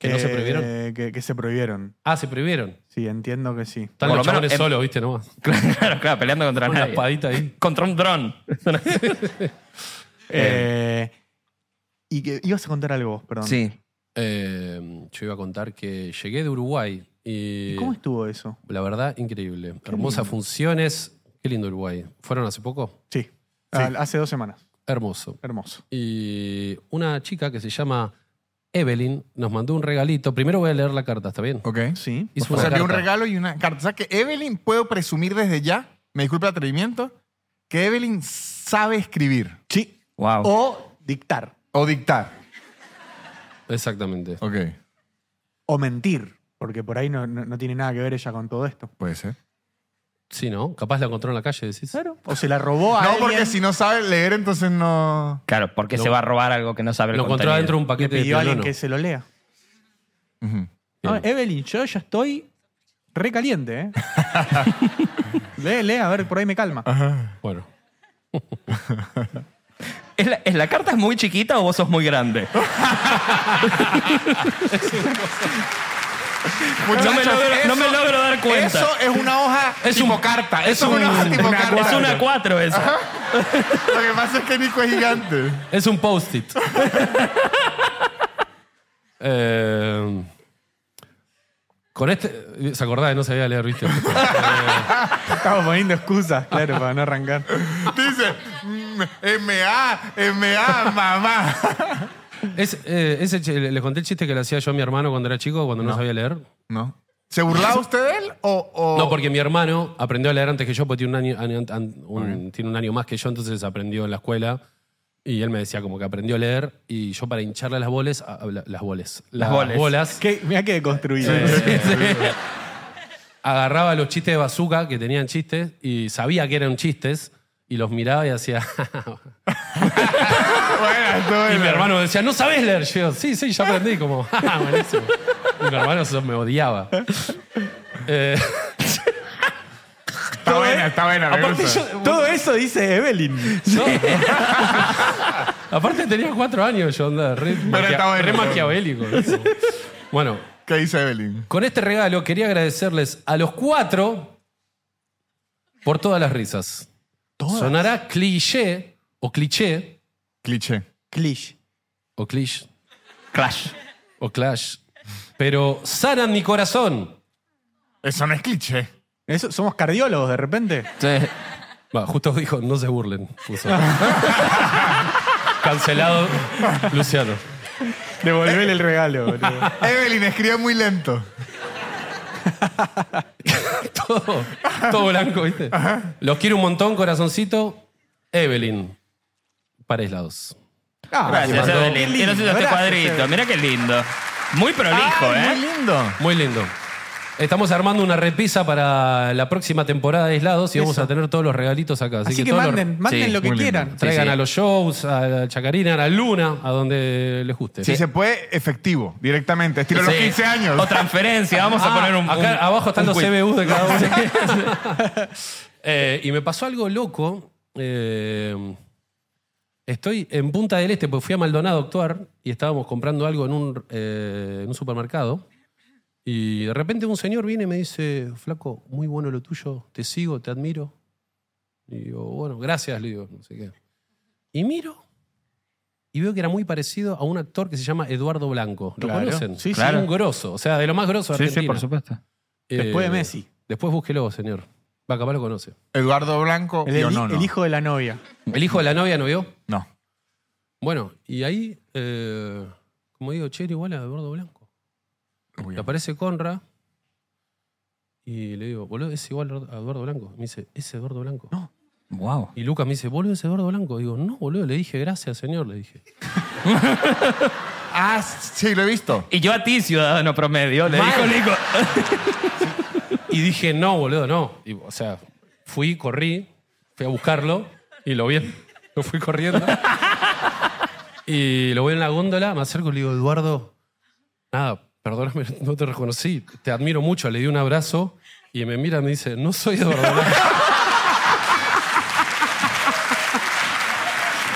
[SPEAKER 3] ¿Que no se prohibieron?
[SPEAKER 2] Que, que se prohibieron.
[SPEAKER 3] Ah, se prohibieron.
[SPEAKER 2] Sí, entiendo que sí.
[SPEAKER 3] Están
[SPEAKER 1] Por
[SPEAKER 3] los
[SPEAKER 1] lo menos
[SPEAKER 3] chabones
[SPEAKER 1] en-
[SPEAKER 3] solos, ¿viste? Nomás.
[SPEAKER 1] Claro, claro, peleando contra
[SPEAKER 3] Con una
[SPEAKER 1] nadie.
[SPEAKER 3] espadita ahí.
[SPEAKER 1] Contra un dron.
[SPEAKER 2] Eh, y que ibas a contar algo vos, perdón.
[SPEAKER 1] sí.
[SPEAKER 3] Eh, yo iba a contar que llegué de Uruguay y.
[SPEAKER 2] ¿Y ¿Cómo estuvo eso?
[SPEAKER 3] La verdad, increíble. Hermosas funciones. Qué lindo Uruguay. ¿Fueron hace poco?
[SPEAKER 2] Sí. Al- Hace dos semanas.
[SPEAKER 3] Hermoso.
[SPEAKER 2] Hermoso.
[SPEAKER 3] Y una chica que se llama Evelyn nos mandó un regalito. Primero voy a leer la carta, ¿está bien?
[SPEAKER 4] ok.
[SPEAKER 2] Sí.
[SPEAKER 3] Hizo
[SPEAKER 4] O
[SPEAKER 3] una
[SPEAKER 4] sea, había un
[SPEAKER 3] carta.
[SPEAKER 4] regalo y una carta. O sea, que Evelyn, puedo presumir desde ya, me disculpe el atrevimiento, que Evelyn sabe escribir
[SPEAKER 2] Sí.
[SPEAKER 1] Wow.
[SPEAKER 2] O dictar.
[SPEAKER 4] o dictar.
[SPEAKER 3] Exactamente.
[SPEAKER 4] Ok,
[SPEAKER 2] O mentir. Porque por ahí no, no- no tiene nada que ver ella con todo esto.
[SPEAKER 4] puede ser.
[SPEAKER 3] Sí, ¿no? Capaz la encontró en la calle, decís.
[SPEAKER 2] Claro. O se la robó a
[SPEAKER 4] No,
[SPEAKER 2] alguien.
[SPEAKER 4] porque si no sabe leer, entonces no...
[SPEAKER 1] Claro, porque
[SPEAKER 3] Lo-
[SPEAKER 1] se va a robar algo que no sabe el
[SPEAKER 3] Lo encontró
[SPEAKER 1] contenido.
[SPEAKER 3] adentro de un
[SPEAKER 2] Le
[SPEAKER 3] paquete de
[SPEAKER 2] pidió a alguien
[SPEAKER 3] pionono.
[SPEAKER 2] que se lo lea.
[SPEAKER 4] Ujú.
[SPEAKER 2] No, Evelyn, yo ya estoy recaliente, ¿eh? lee, lee, a ver, por ahí me calma.
[SPEAKER 3] Bueno.
[SPEAKER 1] ¿Es la, es la carta es muy chiquita o vos sos muy grande? No me
[SPEAKER 4] Muchachos,
[SPEAKER 1] logro-
[SPEAKER 4] eso-
[SPEAKER 1] no me logro dar cuenta.
[SPEAKER 4] Eso es una hoja
[SPEAKER 3] Es
[SPEAKER 4] tipo
[SPEAKER 3] un-
[SPEAKER 4] carta.
[SPEAKER 3] es
[SPEAKER 4] Eso es una
[SPEAKER 3] un-
[SPEAKER 4] hoja tipo
[SPEAKER 3] una
[SPEAKER 4] carta.
[SPEAKER 1] Es una 4 esa.
[SPEAKER 4] Lo que pasa es que Nico es gigante.
[SPEAKER 3] Es un post-it. Eh, con este. ¿Se acordaba que no sabía leer, viste?
[SPEAKER 2] Estamos poniendo excusas, claro, para no arrancar.
[SPEAKER 4] Dice, mm, M.A., M.A., mamá.
[SPEAKER 3] Es, eh, ese ch- le conté el chiste que le hacía yo a mi hermano cuando era chico, cuando no, sabía leer.
[SPEAKER 4] No. ¿Se burlaba usted de él o...? o-
[SPEAKER 3] No, porque mi hermano aprendió a leer antes que yo, porque tiene un año, an- an- un- tiene un año más que yo, entonces aprendió en la escuela. Y él me decía como que aprendió a leer y yo para hincharle las bolas, a- a- la- las bolas, las,
[SPEAKER 1] boles.
[SPEAKER 3] bolas,
[SPEAKER 2] Que, mirá que eh. deconstruido.
[SPEAKER 3] agarraba los chistes de bazooka que tenían chistes y sabía que eran chistes y los miraba y hacía...
[SPEAKER 4] Bueno, estuvo
[SPEAKER 3] y mi
[SPEAKER 4] bueno.
[SPEAKER 3] hermano decía, no sabes leer. Yo, sí, sí, ya aprendí, como, "Ah, buenísimo. Y mi hermano eso me odiaba. Eh,
[SPEAKER 4] Está buena, está buena. me
[SPEAKER 3] aparte
[SPEAKER 4] gusta.
[SPEAKER 3] yo-
[SPEAKER 2] Todo eso dice Evelyn.
[SPEAKER 3] No. Aparte tenía cuatro años, yo andaba re, maquia-
[SPEAKER 4] está bueno.
[SPEAKER 3] re maquiavélico. ¿no? bueno,
[SPEAKER 4] ¿Qué dice Evelyn?
[SPEAKER 3] con este regalo quería agradecerles a los cuatro por todas las risas. Sonará cliché o cliché
[SPEAKER 4] Cliché.
[SPEAKER 2] Clish.
[SPEAKER 3] o cliché
[SPEAKER 1] Clash.
[SPEAKER 3] o clash, pero sanan mi corazón.
[SPEAKER 4] Eso no es cliché.
[SPEAKER 2] Eso, somos cardiólogos de repente.
[SPEAKER 1] Sí.
[SPEAKER 3] Va, justo dijo, no se burlen. puso. Cancelado, Luciano.
[SPEAKER 2] Devolverle el regalo. boludo.
[SPEAKER 4] Evelyn escribe muy lento.
[SPEAKER 3] todo, todo blanco, ¿viste? Los quiero un montón, corazoncito. Evelyn. Pares lados.
[SPEAKER 2] Ah,
[SPEAKER 1] Gracias,
[SPEAKER 3] mandó-
[SPEAKER 1] Evelyn. Quiero hacer este
[SPEAKER 2] Gracias,
[SPEAKER 1] cuadrito.
[SPEAKER 2] Evelyn.
[SPEAKER 1] Mirá qué lindo. Muy prolijo,
[SPEAKER 4] Ay,
[SPEAKER 1] ¿eh?
[SPEAKER 4] Muy lindo.
[SPEAKER 3] Ah, Muy lindo. Estamos armando una repisa para la próxima temporada de Aislados y vamos a tener todos los regalitos acá. Así,
[SPEAKER 2] Así que,
[SPEAKER 3] todos los-
[SPEAKER 2] manden, manden
[SPEAKER 1] Sí,
[SPEAKER 2] lo que
[SPEAKER 4] muy lindo.
[SPEAKER 2] quieran.
[SPEAKER 3] traigan
[SPEAKER 1] Sí, sí.
[SPEAKER 3] a los shows, a la Chacarina, a la Luna, a donde les guste.
[SPEAKER 4] Si se puede, efectivo, directamente. Estilo los
[SPEAKER 1] Sí.
[SPEAKER 4] 15 años.
[SPEAKER 1] O transferencia. Vamos
[SPEAKER 3] Ah,
[SPEAKER 1] a poner un.
[SPEAKER 3] acá
[SPEAKER 1] un-
[SPEAKER 3] abajo están
[SPEAKER 1] un
[SPEAKER 3] los
[SPEAKER 1] quiz.
[SPEAKER 3] CBU de cada uno. Eh, y me pasó algo loco. eh, estoy en Punta del Este, porque fui a Maldonado a actuar y estábamos comprando algo en un, eh, en un supermercado. Y de repente un señor viene y me dice, flaco, muy bueno lo tuyo, te sigo, te admiro. Y digo, bueno, gracias, le digo, no sé qué. Y miro y veo que era muy parecido a un actor que se llama Eduardo Blanco. ¿Lo
[SPEAKER 2] Claro.
[SPEAKER 3] conocen?
[SPEAKER 2] Sí, sí.
[SPEAKER 3] Claro. Un grosso, o sea, de lo más grosso de
[SPEAKER 1] Sí, sí,
[SPEAKER 3] Argentina.
[SPEAKER 1] por supuesto.
[SPEAKER 3] Eh,
[SPEAKER 2] Después de Messi.
[SPEAKER 3] Después búsquelo, señor. Va, capaz lo conoce.
[SPEAKER 4] Eduardo Blanco.
[SPEAKER 2] El,
[SPEAKER 4] yo
[SPEAKER 2] el-
[SPEAKER 4] no, no.
[SPEAKER 2] el hijo de la novia.
[SPEAKER 3] El hijo de la novia no vio.
[SPEAKER 4] No.
[SPEAKER 3] Bueno, y ahí, eh, como digo, che, era igual a Eduardo Blanco. Y aparece Conra y le digo, boludo, es igual a Eduardo Blanco. Me dice, es Eduardo Blanco.
[SPEAKER 1] Wow.
[SPEAKER 3] Y Lucas me dice, boludo, es Eduardo Blanco. Digo, no, boludo, le dije, gracias, señor, le dije.
[SPEAKER 4] Ah, sí, lo he visto.
[SPEAKER 1] Y yo a ti, ciudadano promedio, le
[SPEAKER 3] Mal.
[SPEAKER 1] dijo Nico.
[SPEAKER 3] Y dije, no, boludo, no. Y, o sea, fui, corrí, fui a buscarlo y lo vi. Lo fui corriendo. y lo voy en la góndola, me acerco y le digo, Eduardo, nada, perdóname, no te reconocí. Te admiro mucho. Le di un abrazo y me mira y me dice, no soy Eduardo. Blanco".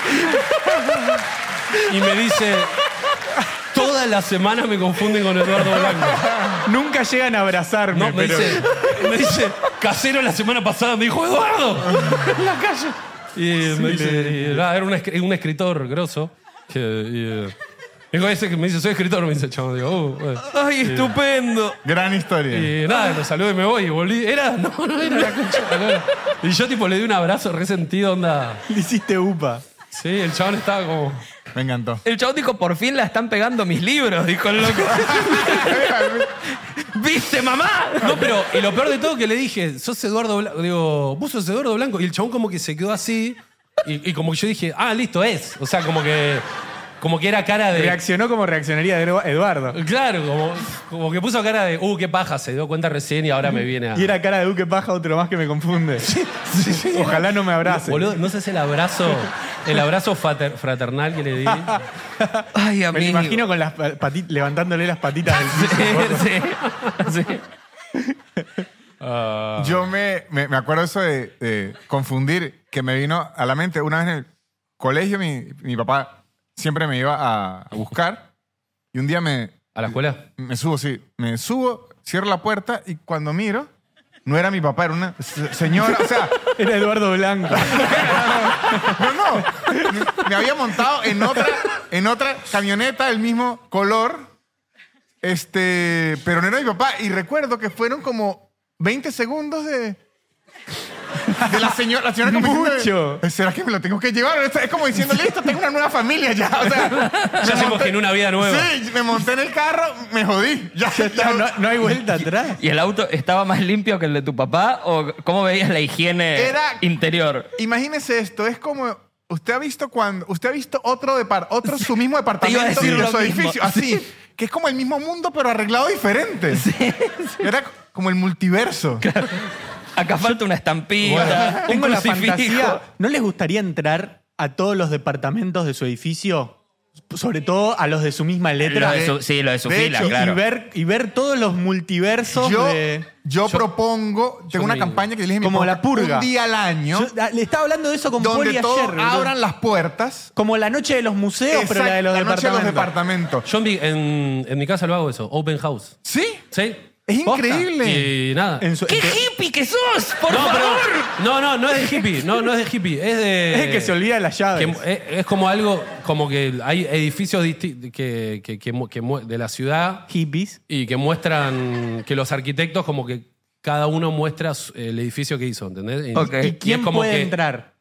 [SPEAKER 3] y me dice, toda la semana me confunden con Eduardo Blanco.
[SPEAKER 2] Nunca llegan a abrazarme,
[SPEAKER 3] No, me
[SPEAKER 2] pero.
[SPEAKER 3] dice, me dice, casero la semana pasada me dijo Eduardo en la calle. Y me dice, y, nada, era un, escr- un escritor grosso. Que, y, eh, dijo ese que me dice, soy escritor, me dice el chabón. Digo, "Oh, bueno".
[SPEAKER 1] Ay, estupendo.
[SPEAKER 4] Gran historia.
[SPEAKER 3] Y nada, lo saludo y me voy. Y volví. Era, no, no era la concha. de la lora. Y yo, tipo, le di un abrazo resentido, onda.
[SPEAKER 2] Le hiciste upa.
[SPEAKER 3] Sí, el chabón estaba como.
[SPEAKER 4] Me encantó.
[SPEAKER 1] El chabón dijo, por fin la están pegando mis libros, dijo el loco. ¿Viste, mamá?
[SPEAKER 3] No, pero y lo peor de todo que le dije, sos Eduardo Blanco. Digo, vos sos Eduardo Blanco. Y el chabón como que se quedó así. Y, y como que yo dije, ah, listo, es. O sea, como que. Como que era cara de.
[SPEAKER 2] Reaccionó como reaccionaría Edu-
[SPEAKER 1] Ah.
[SPEAKER 2] Eduardo.
[SPEAKER 3] Claro, como, como que puso cara de, uh, qué paja, se dio cuenta recién y ahora me viene a.
[SPEAKER 2] Y era cara de Duque Paja, otro más que me confunde. Ojalá no me abrace.
[SPEAKER 3] Boludo, no sé si el abrazo, el abrazo frater- fraternal que le di.
[SPEAKER 1] Ay,
[SPEAKER 2] Me lo
[SPEAKER 1] amigo.
[SPEAKER 2] imagino con las pa- pati- levantándole las patitas del
[SPEAKER 1] Sí,
[SPEAKER 2] piso.
[SPEAKER 1] sí, sí.
[SPEAKER 4] Yo me, me, me acuerdo eso de, de confundir, que me vino a la mente. Una vez en el colegio, mi, mi papá siempre me iba a, a buscar y un día me,
[SPEAKER 3] ¿A la escuela?
[SPEAKER 4] Me subo, sí. Me subo, cierro la puerta y cuando miro, no era mi papá, era una se- señora. O sea,
[SPEAKER 2] Era Eduardo Blanco.
[SPEAKER 4] no, no. Me había montado en otra, en otra camioneta del mismo color. Este, pero no era mi papá. Y recuerdo que fueron como 20 segundos de. De la señora, la señora como diciendo,
[SPEAKER 2] Mucho.
[SPEAKER 4] ¿Será que me lo tengo que llevar? Es como diciendo, listo, tengo una nueva familia ya. O sea,
[SPEAKER 3] Ya se imaginó una vida nueva.
[SPEAKER 4] Sí, me monté en el carro, me jodí. Ya,
[SPEAKER 2] Ya está,
[SPEAKER 4] ya-
[SPEAKER 2] no, no hay vuelta atrás.
[SPEAKER 1] ¿Y el auto estaba más limpio que el de tu papá? ¿O cómo veías la higiene
[SPEAKER 4] Era-
[SPEAKER 1] interior?
[SPEAKER 4] Imagínese esto, es como usted ha visto cuando usted ha visto otro depar- otro su mismo departamento
[SPEAKER 1] iba a decir
[SPEAKER 4] en
[SPEAKER 1] lo
[SPEAKER 4] su
[SPEAKER 1] mismo.
[SPEAKER 4] edificio, así, que es como el mismo mundo pero arreglado diferente. Era c- como el multiverso.
[SPEAKER 1] Acá falta una estampita, un
[SPEAKER 2] Tengo la
[SPEAKER 1] crucifijo.
[SPEAKER 2] fantasía. ¿No les gustaría entrar a todos los departamentos de su edificio? Sobre todo a los de su misma
[SPEAKER 1] Lo
[SPEAKER 2] letra.
[SPEAKER 1] de su- sí, lo de su
[SPEAKER 4] De
[SPEAKER 1] fila,
[SPEAKER 4] hecho,
[SPEAKER 1] claro.
[SPEAKER 2] Y, ver, y ver todos los multiversos
[SPEAKER 4] Yo,
[SPEAKER 2] de.
[SPEAKER 4] yo propongo, tengo una
[SPEAKER 3] me-
[SPEAKER 4] campaña que le dije a mi
[SPEAKER 2] Como
[SPEAKER 4] papá,
[SPEAKER 2] la purga.
[SPEAKER 4] un día al año
[SPEAKER 2] Yo- ah, le estaba hablando de eso con Poli
[SPEAKER 4] donde todos
[SPEAKER 2] ayer.
[SPEAKER 4] abran las puertas,
[SPEAKER 2] Como la noche de los museos, pero la de los
[SPEAKER 4] exact- la noche de
[SPEAKER 2] departamentos.
[SPEAKER 4] los departamentos.
[SPEAKER 3] Yo en mi, en- en mi casa lo hago eso, open house.
[SPEAKER 4] Sí,
[SPEAKER 3] ¿Sí?
[SPEAKER 4] es
[SPEAKER 2] Posta.
[SPEAKER 4] increíble.
[SPEAKER 3] Y nada.
[SPEAKER 2] En su-
[SPEAKER 1] ¡Qué
[SPEAKER 2] te-
[SPEAKER 1] hippie que sos! ¡Por
[SPEAKER 3] No, pero-
[SPEAKER 1] favor!
[SPEAKER 3] no, no, no es de hippie, no, no es de hippie, es de...
[SPEAKER 2] es que se olvida las llaves.
[SPEAKER 3] que es, es como algo, como que hay edificios disti- que, que- que mu- que mu- de la ciudad
[SPEAKER 2] Hippies.
[SPEAKER 3] y que muestran, que los arquitectos como que cada uno muestra su- el edificio que hizo, ¿entendés? Y-
[SPEAKER 1] Ok.
[SPEAKER 3] y
[SPEAKER 2] ¿Y quién
[SPEAKER 3] es como
[SPEAKER 2] puede
[SPEAKER 3] que-
[SPEAKER 2] entrar?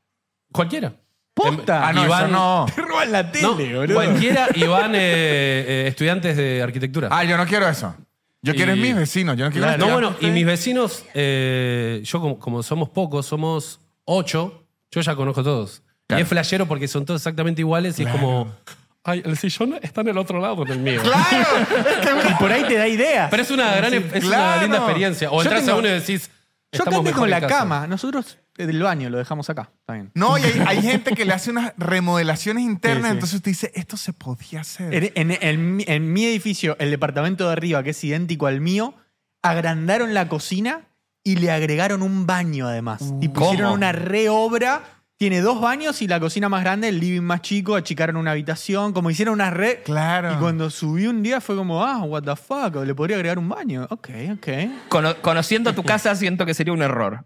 [SPEAKER 3] Cualquiera.
[SPEAKER 2] ¡Posta!
[SPEAKER 4] Ah, no,
[SPEAKER 3] y
[SPEAKER 4] eso
[SPEAKER 3] van-
[SPEAKER 4] no.
[SPEAKER 2] Te roban la
[SPEAKER 3] No,
[SPEAKER 2] tele, boludo.
[SPEAKER 3] cualquiera y van eh, eh, estudiantes de arquitectura.
[SPEAKER 4] Ah, yo no quiero eso. Yo quiero
[SPEAKER 3] Y-
[SPEAKER 4] mis vecinos, yo no quiero
[SPEAKER 3] No,
[SPEAKER 4] estudiar-
[SPEAKER 3] bueno, y mis vecinos, eh, yo como, como somos pocos, somos ocho, yo ya conozco todos. Y es flashero porque son todos exactamente iguales y es como, ay, el sillón está en el otro lado del mío.
[SPEAKER 4] Claro,
[SPEAKER 2] Y por ahí te da ideas.
[SPEAKER 3] Pero es una gran, es una
[SPEAKER 4] claro.
[SPEAKER 3] linda experiencia. O
[SPEAKER 2] Yo
[SPEAKER 3] entras a
[SPEAKER 2] tengo-
[SPEAKER 3] uno y decís,
[SPEAKER 2] Yo
[SPEAKER 3] estamos
[SPEAKER 2] canté
[SPEAKER 3] mejor
[SPEAKER 2] con
[SPEAKER 3] en
[SPEAKER 2] la
[SPEAKER 3] casa.
[SPEAKER 2] cama. Nosotros del baño lo dejamos acá. Está bien.
[SPEAKER 4] No, y hay, hay gente que le hace unas remodelaciones internas,
[SPEAKER 2] Sí, sí.
[SPEAKER 4] entonces usted dice, esto se podía hacer.
[SPEAKER 2] En, en- en mi- en mi edificio, el departamento de arriba, que es idéntico al mío, agrandaron la cocina y le agregaron un baño además. y pusieron
[SPEAKER 1] ¿Cómo?
[SPEAKER 2] una reobra. Tiene dos baños y la cocina más grande, el living más chico, achicaron una habitación, como hicieron una red.
[SPEAKER 4] Claro.
[SPEAKER 2] Y cuando subí un día fue como, ah, what the fuck, le podría agregar un baño. Ok, ok.
[SPEAKER 1] Cono- conociendo tu casa, siento que sería un error.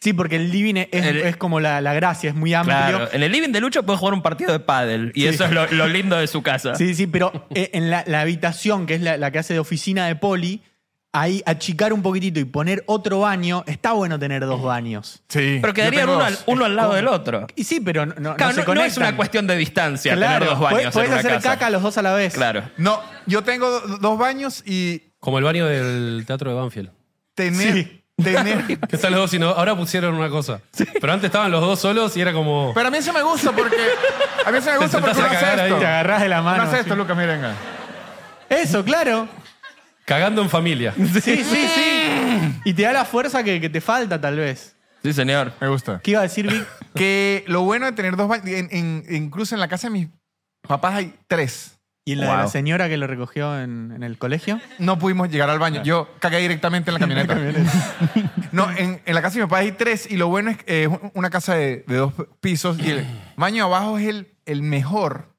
[SPEAKER 2] Sí, porque el living es,
[SPEAKER 1] El-
[SPEAKER 2] es como la, la gracia, es muy amplio.
[SPEAKER 1] Claro. En el living de Lucho puedes jugar un partido de pádel. Y eso es lo, lo lindo de su casa.
[SPEAKER 2] Sí, sí, pero eh, en la, la habitación, que es la, la que hace de oficina de poli, ahí achicar un poquitito y poner otro baño, está bueno tener dos baños.
[SPEAKER 4] sí.
[SPEAKER 1] Pero quedarían
[SPEAKER 4] yo tengo
[SPEAKER 1] uno al,
[SPEAKER 4] dos.
[SPEAKER 1] uno al lado del otro.
[SPEAKER 2] Y sí, pero no, no,
[SPEAKER 1] Claro,
[SPEAKER 2] se
[SPEAKER 1] no, no es
[SPEAKER 2] conectan.
[SPEAKER 1] una cuestión de distancia tener
[SPEAKER 2] Claro,
[SPEAKER 1] dos baños
[SPEAKER 2] podés- podés
[SPEAKER 1] en una
[SPEAKER 2] hacer
[SPEAKER 1] casa.
[SPEAKER 2] caca los dos a la vez.
[SPEAKER 1] Claro.
[SPEAKER 4] No, yo tengo do- dos baños y
[SPEAKER 3] Como el baño del teatro de Banfield.
[SPEAKER 4] tener...
[SPEAKER 2] Sí.
[SPEAKER 4] tener
[SPEAKER 3] Que están los dos y no- ahora pusieron una cosa. Pero antes estaban los dos solos y era como...
[SPEAKER 4] pero a mí eso me gusta porque... A mí eso me
[SPEAKER 3] Te
[SPEAKER 4] gusta porque
[SPEAKER 3] sentás a
[SPEAKER 4] uno hace
[SPEAKER 3] cagar ahí.
[SPEAKER 4] esto.
[SPEAKER 2] Te agarrás de la
[SPEAKER 4] Uno
[SPEAKER 2] mano.
[SPEAKER 4] hace esto, Lucas, miren. acá.
[SPEAKER 2] Eso, claro.
[SPEAKER 3] Cagando en familia.
[SPEAKER 2] Sí, sí, sí. Y te da la fuerza que, que te falta, tal vez.
[SPEAKER 1] Sí, señor.
[SPEAKER 4] Me gusta.
[SPEAKER 2] ¿Qué iba a decir, Vic?
[SPEAKER 4] Que lo bueno de tener dos baños... en- en- incluso en la casa de mis papás hay tres.
[SPEAKER 2] Y en la de la
[SPEAKER 1] Wow.
[SPEAKER 2] señora que lo recogió en, en el colegio.
[SPEAKER 4] No pudimos llegar al baño. Yo cagué directamente en la camioneta. No, en, en la casa de mi papá hay tres y lo bueno es que eh, es una casa de, de dos pisos y el baño abajo es el, el mejor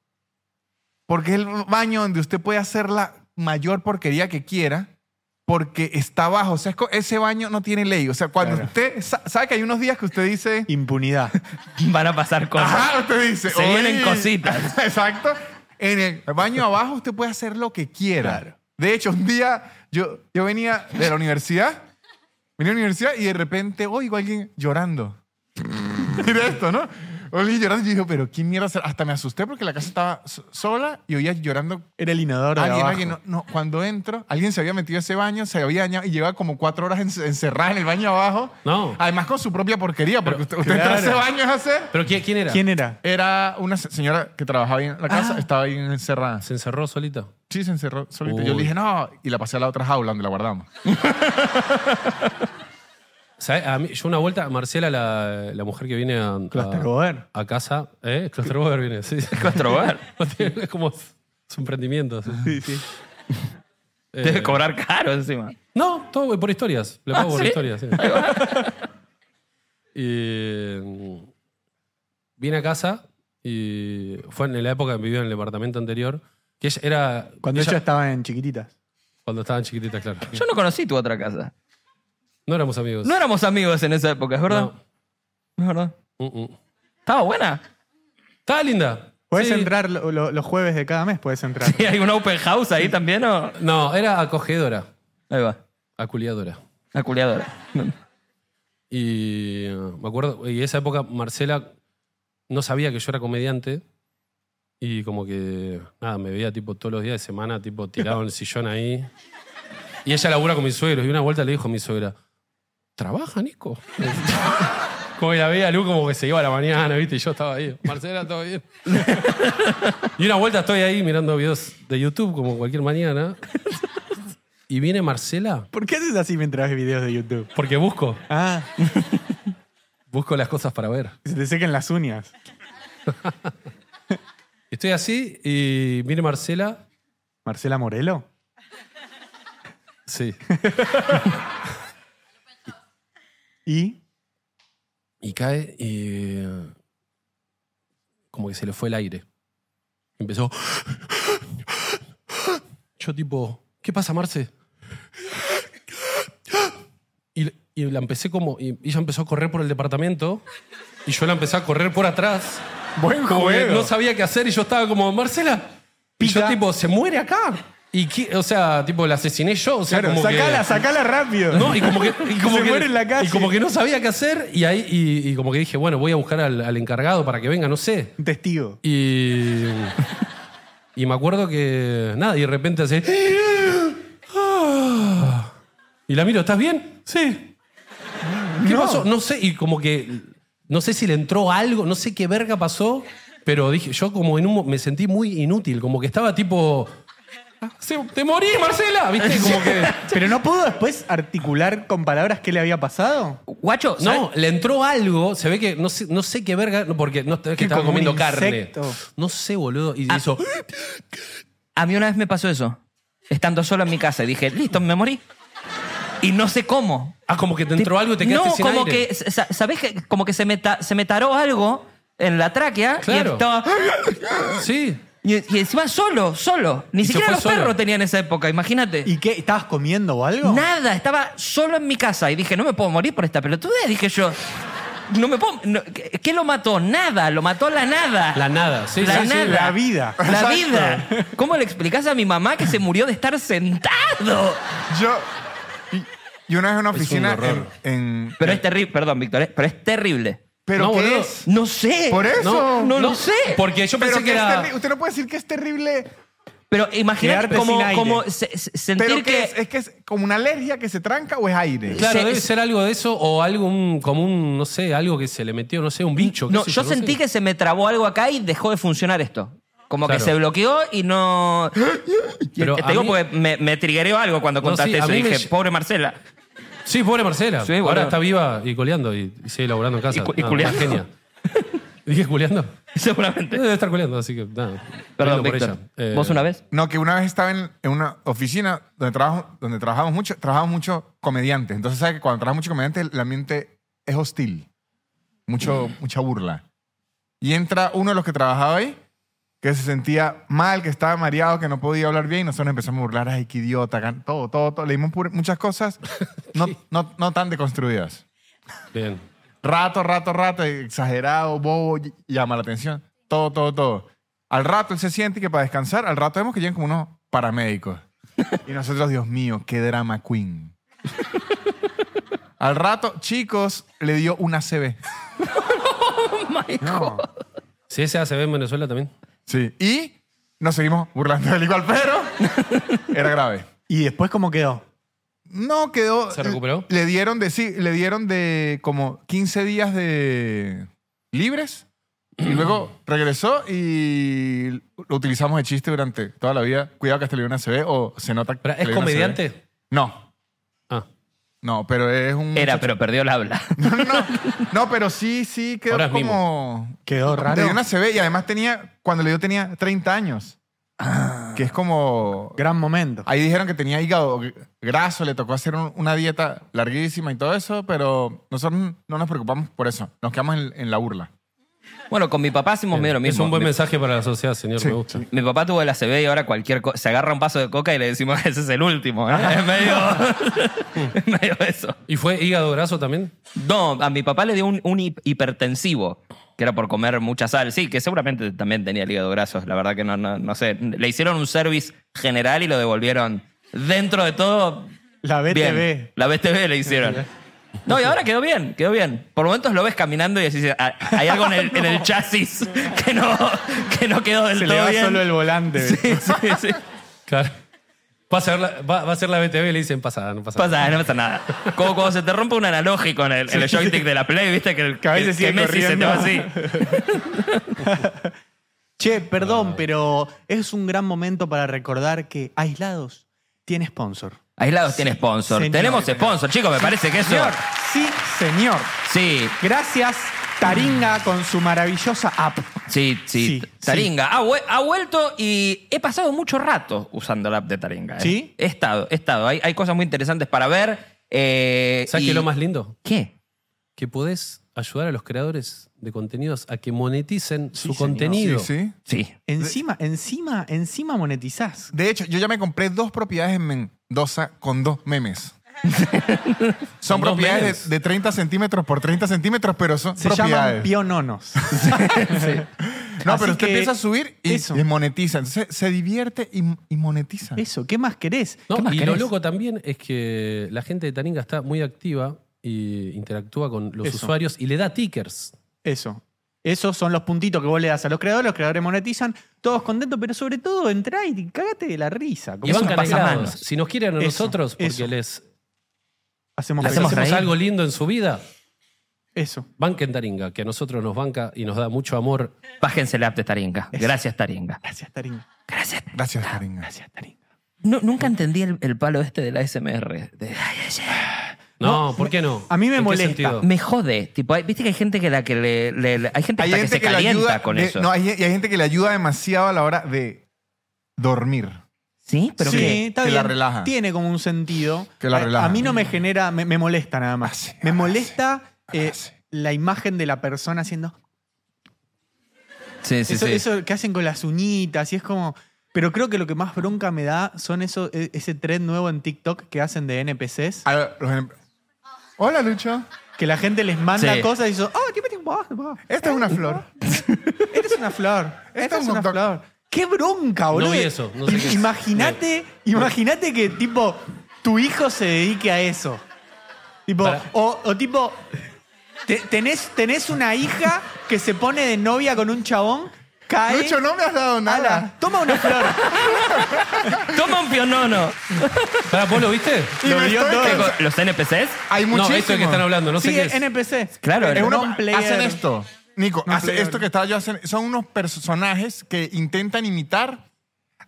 [SPEAKER 4] porque es el baño donde usted puede hacer la mayor porquería que quiera porque está abajo. O sea, es co- ese baño no tiene ley. O sea, cuando
[SPEAKER 2] Claro.
[SPEAKER 4] usted... sa- ¿Sabe que hay unos días que usted dice...
[SPEAKER 2] Impunidad.
[SPEAKER 1] Van a pasar cosas.
[SPEAKER 4] Ajá, usted dice...
[SPEAKER 1] Se vienen
[SPEAKER 4] "Uy".
[SPEAKER 1] cositas.
[SPEAKER 4] Exacto. En el baño abajo usted puede hacer lo que quiera.
[SPEAKER 2] Claro.
[SPEAKER 4] De hecho, un día yo, yo venía de la universidad, venía a la universidad y de repente oigo a alguien llorando. Mira esto, ¿no? Oí llorando y yo digo, pero ¿quién mierda? será? Hasta me asusté porque la casa estaba so- sola y oía llorando
[SPEAKER 2] Era el inodoro de
[SPEAKER 4] alguien,
[SPEAKER 2] abajo.
[SPEAKER 4] alguien. No, no, cuando entro, alguien se había metido a ese baño, se había dañado y llevaba como cuatro horas en- encerrada en el baño abajo.
[SPEAKER 3] No.
[SPEAKER 4] Además con su propia porquería, porque usted, usted entra a ese
[SPEAKER 2] claro.
[SPEAKER 4] baño es hacer...
[SPEAKER 3] ¿Pero quién, quién era?
[SPEAKER 2] ¿Quién
[SPEAKER 1] Ah.
[SPEAKER 2] era?
[SPEAKER 4] Era una se- señora que trabajaba ahí en la casa, estaba ahí encerrada.
[SPEAKER 3] Se encerró solita.
[SPEAKER 4] Sí, se encerró solita.
[SPEAKER 3] Uy.
[SPEAKER 4] Yo le dije, no, y la pasé a la otra jaula donde la guardamos.
[SPEAKER 3] ¿Sabés? A mí- yo una vuelta, Marcela, la, la mujer que viene a, a-
[SPEAKER 2] Clusterboer.
[SPEAKER 3] a casa, ¿eh? Clusterboer viene, sí.
[SPEAKER 1] Nuestro hogar.
[SPEAKER 3] es como su emprendimiento. sí.
[SPEAKER 2] Sí, sí.
[SPEAKER 3] Eh,
[SPEAKER 1] Debe cobrar caro encima.
[SPEAKER 3] No, todo por historias. Le pago
[SPEAKER 1] Ah,
[SPEAKER 3] por
[SPEAKER 1] ¿sí?
[SPEAKER 3] historias, sí. y, mm, vine a casa y fue en la época que vivió en el departamento anterior Que ella era.
[SPEAKER 2] Cuando
[SPEAKER 3] ella-
[SPEAKER 2] ella estaba en chiquititas.
[SPEAKER 3] Cuando estaban chiquititas, claro.
[SPEAKER 1] Yo no conocí tu otra casa.
[SPEAKER 3] No éramos amigos.
[SPEAKER 1] No éramos amigos en esa época, ¿es verdad? Es verdad.
[SPEAKER 3] No. Mm, mm.
[SPEAKER 1] Estaba buena.
[SPEAKER 3] Estaba linda.
[SPEAKER 2] Puedes
[SPEAKER 3] Sí.
[SPEAKER 2] entrar lo- lo- los jueves de cada mes, puedes entrar.
[SPEAKER 1] ¿Y hay un open house ahí también o...?
[SPEAKER 3] No, era acogedora,
[SPEAKER 1] Ahí va.
[SPEAKER 3] aculiadora.
[SPEAKER 1] La culiadora.
[SPEAKER 3] Y eh, me acuerdo, y esa época Marcela no sabía que yo era comediante y como que, nada, me veía tipo todos los días de semana, tipo tirado en el sillón ahí. Y ella labura con mis suegros y una vuelta le dijo a mi suegra, ¿trabaja, Nico? como que la veía a Lu como que se iba a la mañana, ¿viste? Y yo estaba ahí, Marcela, todo bien. y una vuelta estoy ahí mirando videos de YouTube como cualquier mañana. Y viene Marcela
[SPEAKER 2] ¿Por qué haces así mientras ves videos de YouTube?
[SPEAKER 3] porque busco,
[SPEAKER 2] Ah,
[SPEAKER 3] busco las cosas para ver.
[SPEAKER 2] que se te sequen las uñas.
[SPEAKER 3] Estoy así y viene Marcela.
[SPEAKER 2] ¿Marcela Morelo?
[SPEAKER 3] Sí.
[SPEAKER 2] ¿Y?
[SPEAKER 3] Y cae y. eh, Como que se le fue el aire. Empezó. Yo, tipo, ¿qué pasa, Marce? Y, y la empecé como. Y ella empezó a correr por el departamento. Y yo la empecé a correr por atrás.
[SPEAKER 2] Buen
[SPEAKER 3] Como que
[SPEAKER 2] juego.
[SPEAKER 3] no sabía qué hacer y yo estaba como, Marcela. Y yo,
[SPEAKER 2] Pica.
[SPEAKER 3] tipo, se muere acá. Y, qué- o sea, tipo, la asesiné yo. O sea,
[SPEAKER 2] Claro,
[SPEAKER 3] como que-
[SPEAKER 2] sacala, sacala rápido.
[SPEAKER 3] No, y como que, y como
[SPEAKER 2] Se
[SPEAKER 3] que-
[SPEAKER 2] muere en la calle.
[SPEAKER 3] y como que no sabía qué hacer y ahí y, y como que dije, bueno, voy a buscar al, al encargado para que venga, no sé.
[SPEAKER 2] Un testigo.
[SPEAKER 3] Y y me acuerdo que nada, y de repente hace "Ah". y la miro, ¿estás bien? Sí. ¿Qué
[SPEAKER 2] No.
[SPEAKER 3] pasó? No sé, y como que no sé si le entró algo, no sé qué verga pasó, pero dije, yo como en un mo- me sentí muy inútil, como que estaba tipo "Ah, se- te morí, Marcela, ¿viste? Como que
[SPEAKER 2] ¿Pero no pudo después articular con palabras qué le había pasado?
[SPEAKER 1] Guacho, ¿sabes?
[SPEAKER 3] No, le entró algo, se ve que no sé, no sé qué verga, no, porque no es que
[SPEAKER 2] ¿Qué,
[SPEAKER 3] estaba
[SPEAKER 2] como un
[SPEAKER 3] comiendo carne.
[SPEAKER 2] insecto?
[SPEAKER 3] No sé, boludo. Y
[SPEAKER 1] Ah.
[SPEAKER 3] hizo.
[SPEAKER 1] A mí una vez me pasó eso. Estando solo en mi casa. Y dije, listo, me morí. Y no sé cómo.
[SPEAKER 3] Ah, como que te entró algo y te quedaste
[SPEAKER 1] No,
[SPEAKER 3] sin
[SPEAKER 1] como
[SPEAKER 3] aire.
[SPEAKER 1] que... sa- ¿Sabés que Como que se me, ta- se me taró algo en la tráquea.
[SPEAKER 3] Claro.
[SPEAKER 1] Y estaba...
[SPEAKER 3] Sí.
[SPEAKER 1] Y, y encima solo, solo. Ni
[SPEAKER 3] Y se
[SPEAKER 1] siquiera
[SPEAKER 3] fue
[SPEAKER 1] los
[SPEAKER 3] solo.
[SPEAKER 1] perros tenían esa época, imagínate.
[SPEAKER 2] ¿Y qué? ¿Estabas comiendo o algo?
[SPEAKER 1] Nada, estaba solo en mi casa y dije, no me puedo morir por esta pelotudez, dije yo. No me puedo... no, ¿qué, qué lo mató? Nada, lo mató la nada.
[SPEAKER 3] La nada. Sí,
[SPEAKER 1] La
[SPEAKER 3] sí, sí.
[SPEAKER 1] nada.
[SPEAKER 2] la vida.
[SPEAKER 1] La
[SPEAKER 4] Exacto.
[SPEAKER 1] vida. ¿Cómo le explicás a mi mamá que se murió de estar sentado?
[SPEAKER 4] Yo. y- Y una vez en una
[SPEAKER 3] un
[SPEAKER 4] oficina
[SPEAKER 3] horror.
[SPEAKER 4] en. en-
[SPEAKER 1] Pero es terrible, perdón, Víctor, eh, pero es terrible.
[SPEAKER 4] ¿Pero
[SPEAKER 3] No,
[SPEAKER 4] qué
[SPEAKER 3] boludo.
[SPEAKER 4] es?
[SPEAKER 1] No sé.
[SPEAKER 4] Por eso.
[SPEAKER 1] No, no lo sé. este
[SPEAKER 3] Porque yo
[SPEAKER 4] Pero
[SPEAKER 3] pensé que
[SPEAKER 4] que es
[SPEAKER 3] era.
[SPEAKER 4] terri- Usted no puede decir que es terrible.
[SPEAKER 1] Pero imagínate
[SPEAKER 2] Quedarte
[SPEAKER 1] como,
[SPEAKER 2] sin aire.
[SPEAKER 1] como se- se- sentir
[SPEAKER 4] Pero
[SPEAKER 1] que...
[SPEAKER 4] que, es, es que es como una alergia que se tranca o es aire.
[SPEAKER 3] Claro,
[SPEAKER 1] Se-
[SPEAKER 3] debe
[SPEAKER 1] se-
[SPEAKER 3] ser algo de eso o algo un- como un, no sé, algo que se le metió, no sé, un bicho. qué
[SPEAKER 1] No,
[SPEAKER 3] sé
[SPEAKER 1] yo
[SPEAKER 3] no
[SPEAKER 1] sentí
[SPEAKER 3] sé.
[SPEAKER 1] que se me trabó algo acá y dejó de funcionar esto. Como
[SPEAKER 3] Claro.
[SPEAKER 1] que se bloqueó y no.
[SPEAKER 3] Pero
[SPEAKER 1] te
[SPEAKER 3] a
[SPEAKER 1] digo
[SPEAKER 3] mí-
[SPEAKER 1] porque me, me triggereó algo cuando
[SPEAKER 3] No,
[SPEAKER 1] contaste
[SPEAKER 3] sí, a
[SPEAKER 1] eso.
[SPEAKER 3] mí me
[SPEAKER 1] Dije,
[SPEAKER 3] lle-
[SPEAKER 1] pobre Marcela.
[SPEAKER 3] Sí, pobre Marcela.
[SPEAKER 1] Sí,
[SPEAKER 3] Ahora
[SPEAKER 1] boludo.
[SPEAKER 3] está viva y coleando y, y sigue laburando en casa.
[SPEAKER 1] Y cu- y
[SPEAKER 3] Nada,
[SPEAKER 1] culeando.
[SPEAKER 3] una genia. ¿Dije culeando?
[SPEAKER 1] Seguramente.
[SPEAKER 3] Debe estar culeando, así que nada.
[SPEAKER 1] Perdón,
[SPEAKER 3] Coleando por
[SPEAKER 1] Víctor.
[SPEAKER 3] ella. Eh,
[SPEAKER 1] ¿Vos una vez?
[SPEAKER 4] No, que una vez estaba en, en una oficina donde, trabajo, donde trabajamos mucho, trabajamos mucho comediantes. Entonces, ¿sabes que cuando trabajas mucho comediantes, el ambiente es hostil? Mucho, mucha burla. Y entra uno de los que trabajaba ahí, que se sentía mal, que estaba mareado, que no podía hablar bien, y nosotros empezamos a burlar, ay, qué idiota, gan- todo, todo, todo. Le dimos pur- muchas cosas no, no, no tan deconstruidas.
[SPEAKER 3] Bien.
[SPEAKER 4] Rato, rato, rato, exagerado, bobo, ll- llama la atención. Todo, todo, todo. Al rato él se siente que para descansar, al rato vemos que llegan como unos paramédicos. Y nosotros, Dios mío, qué drama queen. Al rato, chicos, le dio una CB.
[SPEAKER 2] No.
[SPEAKER 3] ¿Sí se hace en Venezuela también?
[SPEAKER 4] Sí. Y nos seguimos burlando del igual, pero era grave.
[SPEAKER 2] ¿Y después cómo quedó?
[SPEAKER 4] No quedó.
[SPEAKER 3] ¿Se recuperó?
[SPEAKER 4] Le dieron de sí, le dieron de como 15 días de libres. Y luego regresó y lo utilizamos de chiste durante toda la vida. Cuidado que hasta le dio una CB o se nota que
[SPEAKER 3] Pero,
[SPEAKER 4] le
[SPEAKER 3] ¿Es
[SPEAKER 4] dio una
[SPEAKER 3] comediante?
[SPEAKER 4] CB. No,
[SPEAKER 3] Ah,
[SPEAKER 4] no, pero es un.
[SPEAKER 1] Era, pero perdió el habla.
[SPEAKER 4] No, no, no. No, pero sí, sí quedó
[SPEAKER 3] Ahora es mimo.
[SPEAKER 4] como.
[SPEAKER 2] Quedó
[SPEAKER 4] Le
[SPEAKER 2] raro.
[SPEAKER 4] dio una CB y además tenía, cuando le dio tenía 30 años.
[SPEAKER 1] Ah.
[SPEAKER 4] Que es como.
[SPEAKER 2] Gran momento.
[SPEAKER 4] Ahí dijeron que tenía hígado gr- graso, le tocó hacer un- una dieta larguísima y todo eso, pero nosotros no nos preocupamos por eso. Nos quedamos en, en la burla.
[SPEAKER 1] Bueno, con mi papá hacemos medio lo mismo.
[SPEAKER 3] Es un buen
[SPEAKER 1] Mi-
[SPEAKER 3] mensaje para la sociedad, señor. me gusta.
[SPEAKER 1] Mi papá tuvo el ACB y ahora cualquier cosa. Se agarra un vaso de coca y le decimos, ese es el último. ¿eh?". Es medio, es medio eso.
[SPEAKER 3] ¿Y fue hígado graso también?
[SPEAKER 1] No, a mi papá le dio un, un hi- hipertensivo, que era por comer mucha sal. Sí, que seguramente también tenía el hígado graso. La verdad que no, no, no sé. Le hicieron un service general y lo devolvieron. Dentro de todo.
[SPEAKER 2] La BTV.
[SPEAKER 1] bien. La BTV le hicieron. No, y ahora quedó bien, quedó bien. Por momentos lo ves caminando y decís, "Ah, hay algo en el, en el chasis que no, que no quedó del
[SPEAKER 2] Se
[SPEAKER 1] todo
[SPEAKER 2] le va
[SPEAKER 1] bien".
[SPEAKER 2] solo el volante.
[SPEAKER 1] Sí, sí, sí.
[SPEAKER 3] Claro. Va a ser la, va, va a ser la BTV y le dicen pasada, no pasa nada.
[SPEAKER 1] Pasa, no pasa nada. Como cuando se te rompe un analógico en el, en el joystick de la Play, viste que, el,
[SPEAKER 2] Que a veces sigue
[SPEAKER 1] Messi se te va así.
[SPEAKER 2] corriendo. Che, perdón, pero es un gran momento para recordar que Aislados tiene sponsor.
[SPEAKER 1] Aislados tiene sponsor.
[SPEAKER 2] señor.
[SPEAKER 1] Tenemos sponsor, chicos, me parece que eso.
[SPEAKER 2] Señor, sí, señor.
[SPEAKER 1] Sí,
[SPEAKER 2] Gracias, Taringa, con su maravillosa app.
[SPEAKER 1] sí, sí.
[SPEAKER 2] Sí,
[SPEAKER 1] Taringa. Ha, vue- ha vuelto y he pasado mucho rato usando la app de Taringa. ¿eh?
[SPEAKER 2] ¿Sí?
[SPEAKER 1] He estado, he estado. Hay, hay cosas muy interesantes para ver. eh,
[SPEAKER 3] ¿Sabes
[SPEAKER 1] y-
[SPEAKER 3] qué es lo más lindo?
[SPEAKER 1] ¿Qué?
[SPEAKER 3] Que podés ayudar a los creadores de contenidos a que moneticen su
[SPEAKER 2] señor.
[SPEAKER 3] contenido.
[SPEAKER 4] sí.
[SPEAKER 1] Sí.
[SPEAKER 2] Encima, encima, encima monetizás.
[SPEAKER 4] De hecho, yo ya me compré dos propiedades en Mendoza con dos memes. son
[SPEAKER 3] Con dos
[SPEAKER 4] propiedades
[SPEAKER 3] memes.
[SPEAKER 4] de, de 30 centímetros por 30 centímetros, pero son
[SPEAKER 2] Se llaman
[SPEAKER 4] propiedades.
[SPEAKER 2] piononos.
[SPEAKER 4] no,
[SPEAKER 2] Así
[SPEAKER 4] pero usted
[SPEAKER 2] que-
[SPEAKER 4] empieza a subir y,
[SPEAKER 2] eso.
[SPEAKER 4] y monetiza. Entonces se divierte y, y monetiza.
[SPEAKER 2] Eso, ¿qué más querés?
[SPEAKER 3] No,
[SPEAKER 2] ¿Qué más
[SPEAKER 3] y lo
[SPEAKER 2] querés?
[SPEAKER 3] loco también es que la gente de Taringa está muy activa y interactúa con los
[SPEAKER 2] Eso.
[SPEAKER 3] usuarios y le da tickers.
[SPEAKER 2] Eso. Esos son los puntitos que vos le das a los creadores, los creadores monetizan, todos contentos, pero sobre todo entrá y cagate de la
[SPEAKER 1] Y
[SPEAKER 2] risa.
[SPEAKER 3] Y
[SPEAKER 2] Como
[SPEAKER 1] eso
[SPEAKER 3] van
[SPEAKER 1] no pasa
[SPEAKER 3] canelados.
[SPEAKER 1] manos.
[SPEAKER 3] Si nos quieren a
[SPEAKER 2] Eso,
[SPEAKER 3] nosotros porque
[SPEAKER 2] eso.
[SPEAKER 3] les
[SPEAKER 2] hacemos,
[SPEAKER 1] Le
[SPEAKER 3] les
[SPEAKER 1] hacemos
[SPEAKER 3] hacemos
[SPEAKER 2] felices.
[SPEAKER 1] reír.
[SPEAKER 3] algo lindo en su vida,
[SPEAKER 2] Eso.
[SPEAKER 3] banquen Taringa, que a nosotros nos banca y nos da mucho amor.
[SPEAKER 1] Bájense la app de Taringa. Gracias, Taringa.
[SPEAKER 2] Gracias, Taringa.
[SPEAKER 1] Gracias. Ah,
[SPEAKER 4] Gracias, Karina.
[SPEAKER 2] Gracias, Taringa.
[SPEAKER 1] No, nunca entendí el, el palo este de la SMR. De, ay, ay, ay.
[SPEAKER 3] No, ¿por qué no?
[SPEAKER 2] a mí me
[SPEAKER 3] ¿En qué
[SPEAKER 2] molesta.
[SPEAKER 3] sentido?
[SPEAKER 1] Me jode. Tipo, hay- viste que hay gente que la que le, le- le- hay gente,
[SPEAKER 4] Hay
[SPEAKER 1] hasta
[SPEAKER 4] gente
[SPEAKER 1] que se
[SPEAKER 4] le
[SPEAKER 1] calienta
[SPEAKER 4] ayuda
[SPEAKER 1] con
[SPEAKER 4] de-
[SPEAKER 1] eso.
[SPEAKER 4] No, hay, y hay gente que le ayuda demasiado a la hora de dormir.
[SPEAKER 1] sí, pero
[SPEAKER 2] sí,
[SPEAKER 1] que
[SPEAKER 2] está
[SPEAKER 4] que
[SPEAKER 2] bien.
[SPEAKER 4] la relaja.
[SPEAKER 2] Tiene como un sentido.
[SPEAKER 4] Que la
[SPEAKER 2] Eh,
[SPEAKER 4] relaja.
[SPEAKER 2] A mí no me genera, me, me molesta nada más.
[SPEAKER 4] Hace,
[SPEAKER 2] me
[SPEAKER 4] hace,
[SPEAKER 2] molesta eh,
[SPEAKER 4] hace.
[SPEAKER 2] la imagen de la persona haciendo.
[SPEAKER 1] sí, sí,
[SPEAKER 2] eso,
[SPEAKER 1] sí.
[SPEAKER 2] eso que hacen con las uñitas y es como. Pero creo que lo que más bronca me da son eso, e- ese tren nuevo en TikTok que hacen de NPCs.
[SPEAKER 4] A los enem- Hola, Lucho.
[SPEAKER 2] Que la gente les manda
[SPEAKER 1] Sí.
[SPEAKER 2] cosas y son. ¡Oh, qué metido- bah, bah.
[SPEAKER 4] Esta es una flor.
[SPEAKER 2] Esta es una flor. Esta
[SPEAKER 4] es
[SPEAKER 2] es
[SPEAKER 4] un
[SPEAKER 2] una
[SPEAKER 4] doc-
[SPEAKER 2] flor. ¡Qué bronca, boludo!
[SPEAKER 3] vi eso, no sé
[SPEAKER 2] I-
[SPEAKER 3] qué es.
[SPEAKER 2] Imagínate, imagínate que tipo tu hijo se dedique a eso. Tipo,
[SPEAKER 3] Para.
[SPEAKER 2] o, o tipo, te- tenés, tenés una hija que se pone de novia con un chabón, cae.
[SPEAKER 4] Lucho, no me has dado
[SPEAKER 2] ala,
[SPEAKER 4] nada.
[SPEAKER 2] toma una flor.
[SPEAKER 1] Toma un pionono.
[SPEAKER 3] Pará, ¿Vos lo viste?
[SPEAKER 4] Y
[SPEAKER 2] Lo
[SPEAKER 4] me
[SPEAKER 2] dio
[SPEAKER 4] estoy
[SPEAKER 2] todo.
[SPEAKER 4] cansando.
[SPEAKER 1] Los NPCs.
[SPEAKER 4] Hay
[SPEAKER 3] No,
[SPEAKER 4] muchísimo.
[SPEAKER 3] esto es que están hablando, no sé
[SPEAKER 2] sí,
[SPEAKER 3] qué es.
[SPEAKER 2] NPC.
[SPEAKER 1] Claro,
[SPEAKER 2] Es
[SPEAKER 1] es
[SPEAKER 4] una-
[SPEAKER 2] non-player.
[SPEAKER 4] hacen esto. Nico,
[SPEAKER 2] No
[SPEAKER 4] hace
[SPEAKER 2] player.
[SPEAKER 4] esto que estaba yo haciendo. Son unos personajes que intentan imitar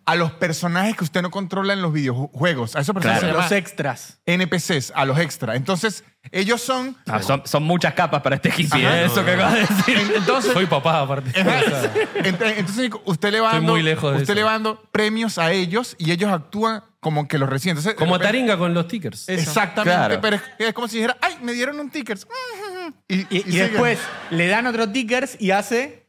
[SPEAKER 4] a los personajes que usted no controla en los videojuegos. A esos personajes
[SPEAKER 1] Claro.
[SPEAKER 4] se llama
[SPEAKER 2] Los extras.
[SPEAKER 4] NPCs, a los extra. Entonces, ellos son.
[SPEAKER 1] Ah, son, son muchas capas para este hippie,
[SPEAKER 4] Ajá.
[SPEAKER 1] ¿eh? eso que acabas de decir.
[SPEAKER 4] Entonces,
[SPEAKER 3] Soy papá, aparte.
[SPEAKER 4] Ajá. Ent- entonces Nico, usted le va
[SPEAKER 3] Estoy
[SPEAKER 4] dando,
[SPEAKER 3] muy lejos de
[SPEAKER 4] usted
[SPEAKER 3] eso.
[SPEAKER 4] le va dando premios a ellos y ellos actúan como que los recién. Entonces, de
[SPEAKER 3] Como
[SPEAKER 4] repente-
[SPEAKER 3] Taringa con los tickers.
[SPEAKER 2] Eh, Eso.
[SPEAKER 4] Exactamente,
[SPEAKER 1] Claro.
[SPEAKER 4] pero es, es como si dijera, ay, me dieron un tickers. Y,
[SPEAKER 2] Y,
[SPEAKER 4] y
[SPEAKER 2] y
[SPEAKER 4] siguen.
[SPEAKER 2] después le dan otro tickers y hace.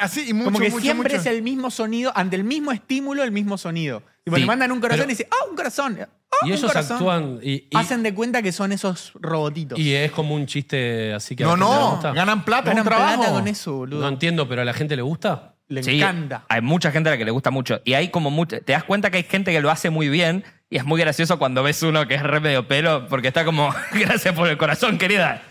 [SPEAKER 4] Así, y mucho,
[SPEAKER 2] Como que
[SPEAKER 4] mucho,
[SPEAKER 2] siempre
[SPEAKER 4] mucho.
[SPEAKER 2] es el mismo sonido, ante el mismo estímulo, el mismo sonido. Tipo,
[SPEAKER 1] Sí,
[SPEAKER 2] le mandan un corazón
[SPEAKER 3] pero-
[SPEAKER 2] y dice, ¡ah, un corazón! ¡Ah,
[SPEAKER 3] Y
[SPEAKER 2] un
[SPEAKER 3] ellos
[SPEAKER 2] corazón!
[SPEAKER 3] actúan y, y-
[SPEAKER 2] Hacen de cuenta que son esos robotitos.
[SPEAKER 3] y es como un chiste así que a la
[SPEAKER 4] No,
[SPEAKER 3] gente le
[SPEAKER 4] no,
[SPEAKER 3] gusta.
[SPEAKER 4] ganan plata, es
[SPEAKER 2] Ganan
[SPEAKER 4] un trabajo.
[SPEAKER 2] plata con eso, boludo.
[SPEAKER 3] No entiendo, pero a la gente le gusta.
[SPEAKER 2] Le
[SPEAKER 1] Sí,
[SPEAKER 2] encanta.
[SPEAKER 1] Hay mucha gente a la que le gusta mucho. Y hay como mucho. Te das cuenta que hay gente que lo hace muy bien. Y es muy gracioso cuando ves uno que es re medio pelo, porque está como, gracias por el corazón, querida.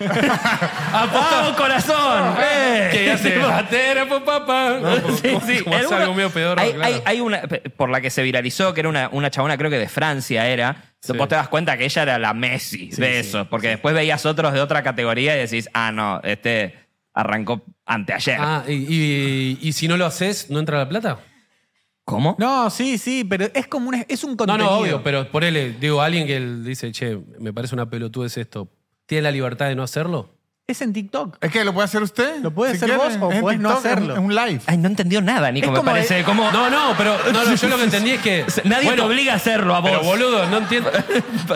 [SPEAKER 1] ¡Apostá
[SPEAKER 3] Ah.
[SPEAKER 1] un corazón! ¡Eh!
[SPEAKER 3] Que hace
[SPEAKER 1] Tipo,
[SPEAKER 3] batera, po, papá.
[SPEAKER 1] Sí, sí.
[SPEAKER 3] pues, Como hace
[SPEAKER 1] Alguna-
[SPEAKER 3] algo medio pedorro,
[SPEAKER 1] hay,
[SPEAKER 3] claro.
[SPEAKER 1] hay- hay una pe- por la que se viralizó, que era una, una chabona, creo que de Francia era.
[SPEAKER 3] Sí.
[SPEAKER 1] Vos te das cuenta que ella era la Messi de eso, porque después veías otros de otra categoría y decís, ah, no, este arrancó anteayer.
[SPEAKER 3] Ah, y, y- y si no lo haces, ¿no entra la plata?
[SPEAKER 1] ¿Cómo?
[SPEAKER 2] No, sí, sí, pero es como un, es un contenido.
[SPEAKER 3] No, no, obvio, pero por él, digo, alguien que dice, che, me parece una pelotudez esto, ¿tiene la libertad de no hacerlo?
[SPEAKER 2] Es en TikTok.
[SPEAKER 4] Es que lo puede hacer usted.
[SPEAKER 2] Lo puede
[SPEAKER 4] si
[SPEAKER 2] hacer
[SPEAKER 4] quiere.
[SPEAKER 2] vos o
[SPEAKER 4] Es en
[SPEAKER 2] podés no
[SPEAKER 4] TikTok, es un-
[SPEAKER 2] hacerlo.
[SPEAKER 4] Es un live.
[SPEAKER 1] Ay, no entendió nada, Nico,
[SPEAKER 2] Es
[SPEAKER 1] me
[SPEAKER 2] como
[SPEAKER 1] parece.
[SPEAKER 2] de-
[SPEAKER 1] como,
[SPEAKER 3] No, no, pero no, no, yo lo que entendí es que.
[SPEAKER 1] nadie
[SPEAKER 3] bueno,
[SPEAKER 1] te obliga a hacerlo a vos.
[SPEAKER 3] Pero boludo, no entiendo.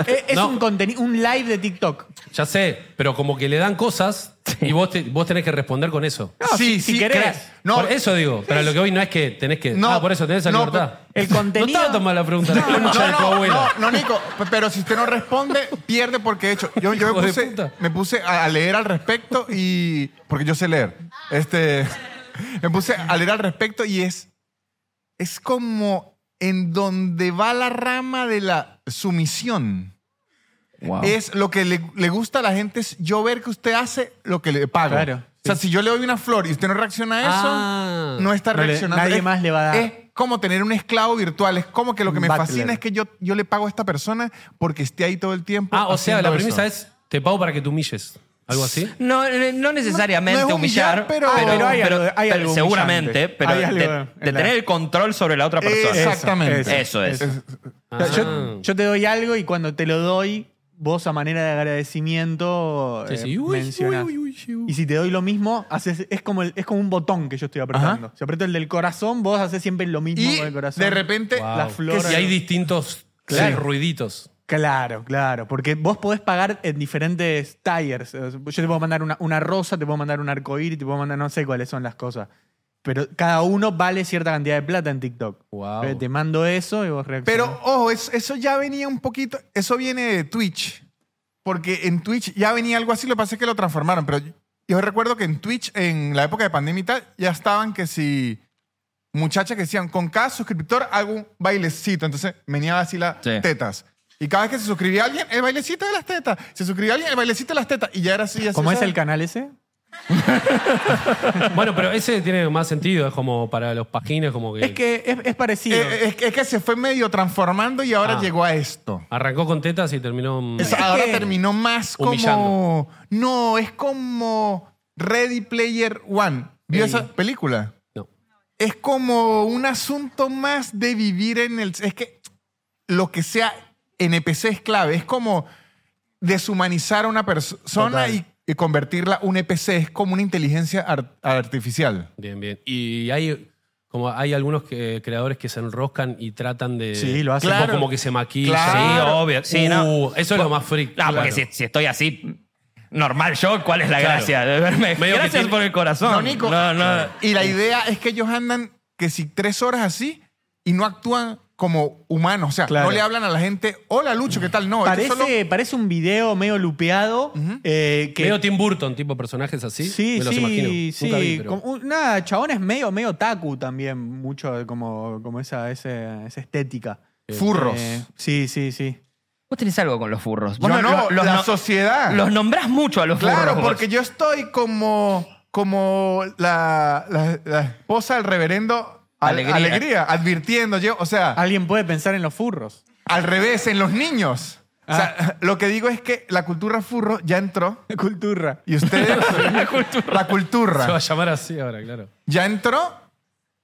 [SPEAKER 2] Es, es
[SPEAKER 3] No.
[SPEAKER 2] un contenido, un live de TikTok.
[SPEAKER 3] Ya sé, pero como que le dan cosas y vos, te- vos tenés que responder con eso.
[SPEAKER 2] No, si- si querés.
[SPEAKER 4] crea- No,
[SPEAKER 3] por eso digo, pero lo que hoy no es que tenés que.
[SPEAKER 4] No,
[SPEAKER 3] ah, por eso tenés esa
[SPEAKER 4] no,
[SPEAKER 3] libertad.
[SPEAKER 2] El contenido-
[SPEAKER 3] No estaba tan mala pregunta, la
[SPEAKER 4] no,
[SPEAKER 3] concha de tu
[SPEAKER 4] no,
[SPEAKER 3] abuela.
[SPEAKER 4] no, no, Nico, p- pero si usted no responde, pierde porque de hecho, yo, yo
[SPEAKER 3] Hijo
[SPEAKER 4] me
[SPEAKER 3] de
[SPEAKER 4] puse,
[SPEAKER 3] puta.
[SPEAKER 4] me puse a a leer al respecto y porque yo sé leer. Este me puse a leer al respecto y es es como en donde va la rama de la sumisión.
[SPEAKER 1] Wow.
[SPEAKER 4] Es lo que le, le gusta a la gente es yo ver que usted hace lo que le pago.
[SPEAKER 2] Claro,
[SPEAKER 4] O sea, si yo le doy una flor y usted no reacciona a eso,
[SPEAKER 3] Ah.
[SPEAKER 4] no está
[SPEAKER 2] No le-
[SPEAKER 4] reaccionando.
[SPEAKER 2] nadie
[SPEAKER 4] Es-
[SPEAKER 2] más le va a dar.
[SPEAKER 4] Es como tener un esclavo virtual. Es como que lo que me
[SPEAKER 2] Butler.
[SPEAKER 4] fascina es que yo, yo le pago a esta persona porque esté ahí todo el tiempo.
[SPEAKER 3] Ah, o sea, la premisa
[SPEAKER 4] es
[SPEAKER 3] es: te pago para que te humilles. ¿Algo así?
[SPEAKER 1] No, no- no necesariamente
[SPEAKER 4] No- no es humillar,
[SPEAKER 1] humillar,
[SPEAKER 4] pero-
[SPEAKER 2] pero hay algo- hay algo humillante.
[SPEAKER 1] seguramente, pero
[SPEAKER 2] Hay
[SPEAKER 1] de,
[SPEAKER 2] algo
[SPEAKER 1] de
[SPEAKER 2] en la-
[SPEAKER 1] tener el control sobre la otra persona.
[SPEAKER 4] Exacto. Exactamente.
[SPEAKER 1] Eso es.
[SPEAKER 2] O sea,
[SPEAKER 3] Ah.
[SPEAKER 2] yo, yo te doy algo y cuando te lo doy, vos a manera de agradecimiento
[SPEAKER 3] Sí,
[SPEAKER 2] eh,
[SPEAKER 3] sí. Uy,
[SPEAKER 2] mencionás.
[SPEAKER 3] uy, uy, uy, uy.
[SPEAKER 2] Y si te doy lo mismo, haces, es, como el- es como un botón que yo estoy apretando. Si aprieto el del corazón, vos haces siempre lo mismo
[SPEAKER 4] Y
[SPEAKER 2] con el corazón.
[SPEAKER 4] de repente,
[SPEAKER 3] Wow.
[SPEAKER 2] la flor-
[SPEAKER 3] Y hay distintos
[SPEAKER 2] Claro.
[SPEAKER 3] sí, ruiditos.
[SPEAKER 2] Claro, claro. Porque vos podés pagar en diferentes tires. O sea, Yo te puedo mandar una, una rosa, te puedo mandar un arcoíris, te puedo mandar no sé cuáles son las cosas. Pero cada uno vale cierta cantidad de plata en TikTok.
[SPEAKER 3] Wow.
[SPEAKER 2] Entonces Te mando eso y vos reaccionás.
[SPEAKER 4] pero ojo, es- eso ya venía un poquito, eso viene de Twitch. Porque en Twitch ya venía algo así, lo que pasa es que lo transformaron. Pero yo recuerdo que en Twitch, en la época de pandemia y tal, ya estaban que si muchachas que decían, con cada suscriptor hago un bailecito. Entonces venía así las
[SPEAKER 1] Sí.
[SPEAKER 4] tetas. Y cada vez que se suscribía alguien, el bailecito de las tetas. Se suscribía alguien, el bailecito de las tetas. Y ya era así. así
[SPEAKER 2] ¿Cómo es
[SPEAKER 4] ¿sabes?
[SPEAKER 2] el canal ese?
[SPEAKER 3] Bueno, pero ese tiene más sentido, es como para los pagines, como que,
[SPEAKER 2] Es que es, es parecido.
[SPEAKER 4] Eh, es, que- es que se fue medio transformando y ahora
[SPEAKER 3] Ah.
[SPEAKER 4] llegó a esto.
[SPEAKER 3] arrancó con tetas y terminó. mm,
[SPEAKER 4] O sea,
[SPEAKER 2] Es
[SPEAKER 4] ahora
[SPEAKER 2] que-
[SPEAKER 4] terminó más como.
[SPEAKER 3] Humillando.
[SPEAKER 4] No, es como Ready Player One. ¿Vio
[SPEAKER 3] Ey.
[SPEAKER 4] esa película?
[SPEAKER 3] No.
[SPEAKER 4] Es como un asunto más de vivir en el. Es que lo que sea NPC es clave. Es como deshumanizar a una perso- persona
[SPEAKER 2] Total.
[SPEAKER 4] y, y convertirla un NPC. Es como una inteligencia ar- artificial.
[SPEAKER 3] Bien, bien. Y hay como hay algunos que- creadores que se enroscan y tratan de.
[SPEAKER 2] Sí, lo hacen.
[SPEAKER 3] Tipo,
[SPEAKER 4] Claro.
[SPEAKER 3] Como que se maquillan.
[SPEAKER 4] Claro.
[SPEAKER 1] Sí, obvio. Sí,
[SPEAKER 3] Uh,
[SPEAKER 1] no.
[SPEAKER 3] Eso es lo más freak.
[SPEAKER 1] No, porque
[SPEAKER 3] Claro.
[SPEAKER 1] si, si estoy así, normal yo, ¿cuál es la
[SPEAKER 3] Claro.
[SPEAKER 1] gracia de verme?
[SPEAKER 3] Medio que
[SPEAKER 1] Gracias
[SPEAKER 3] tiene-
[SPEAKER 1] por el corazón.
[SPEAKER 4] No, Nico.
[SPEAKER 1] No, no.
[SPEAKER 4] Y la idea es que ellos andan que si tres horas así y no actúan como humanos. O sea,
[SPEAKER 2] Claro.
[SPEAKER 4] no le hablan a la gente, hola Lucho, ¿qué tal? No, esto
[SPEAKER 2] parece,
[SPEAKER 4] solo-
[SPEAKER 2] parece un video medio lupeado eh, que
[SPEAKER 3] Medio Tim Burton, tipo personajes así.
[SPEAKER 2] Sí,
[SPEAKER 3] me los
[SPEAKER 2] sí,
[SPEAKER 3] imagino.
[SPEAKER 2] sí.
[SPEAKER 3] Nunca vi, pero-
[SPEAKER 2] Como un- nada, chabones medio, medio taku también, mucho de como, como esa, ese- esa estética.
[SPEAKER 4] Furros.
[SPEAKER 2] Eh, sí, sí, sí.
[SPEAKER 1] Vos tenés algo con los furros.
[SPEAKER 4] Yo
[SPEAKER 1] Vos
[SPEAKER 4] no,
[SPEAKER 1] lo- los,
[SPEAKER 4] la
[SPEAKER 1] no-
[SPEAKER 4] sociedad.
[SPEAKER 1] los nombrás mucho a los
[SPEAKER 4] claro,
[SPEAKER 1] furros. vos.
[SPEAKER 4] porque yo estoy como, como la, la- la esposa del reverendo Al-
[SPEAKER 1] Alegría.
[SPEAKER 4] alegría. advirtiendo. yo- o sea,
[SPEAKER 2] Alguien puede pensar en los furros.
[SPEAKER 4] al revés, en los niños. O
[SPEAKER 1] Ah.
[SPEAKER 4] sea, lo que digo es que la cultura furro ya entró
[SPEAKER 2] La cultura.
[SPEAKER 4] y ustedes... la
[SPEAKER 1] cultura.
[SPEAKER 4] La cultura.
[SPEAKER 3] Se va a llamar así ahora, claro.
[SPEAKER 4] ya entró.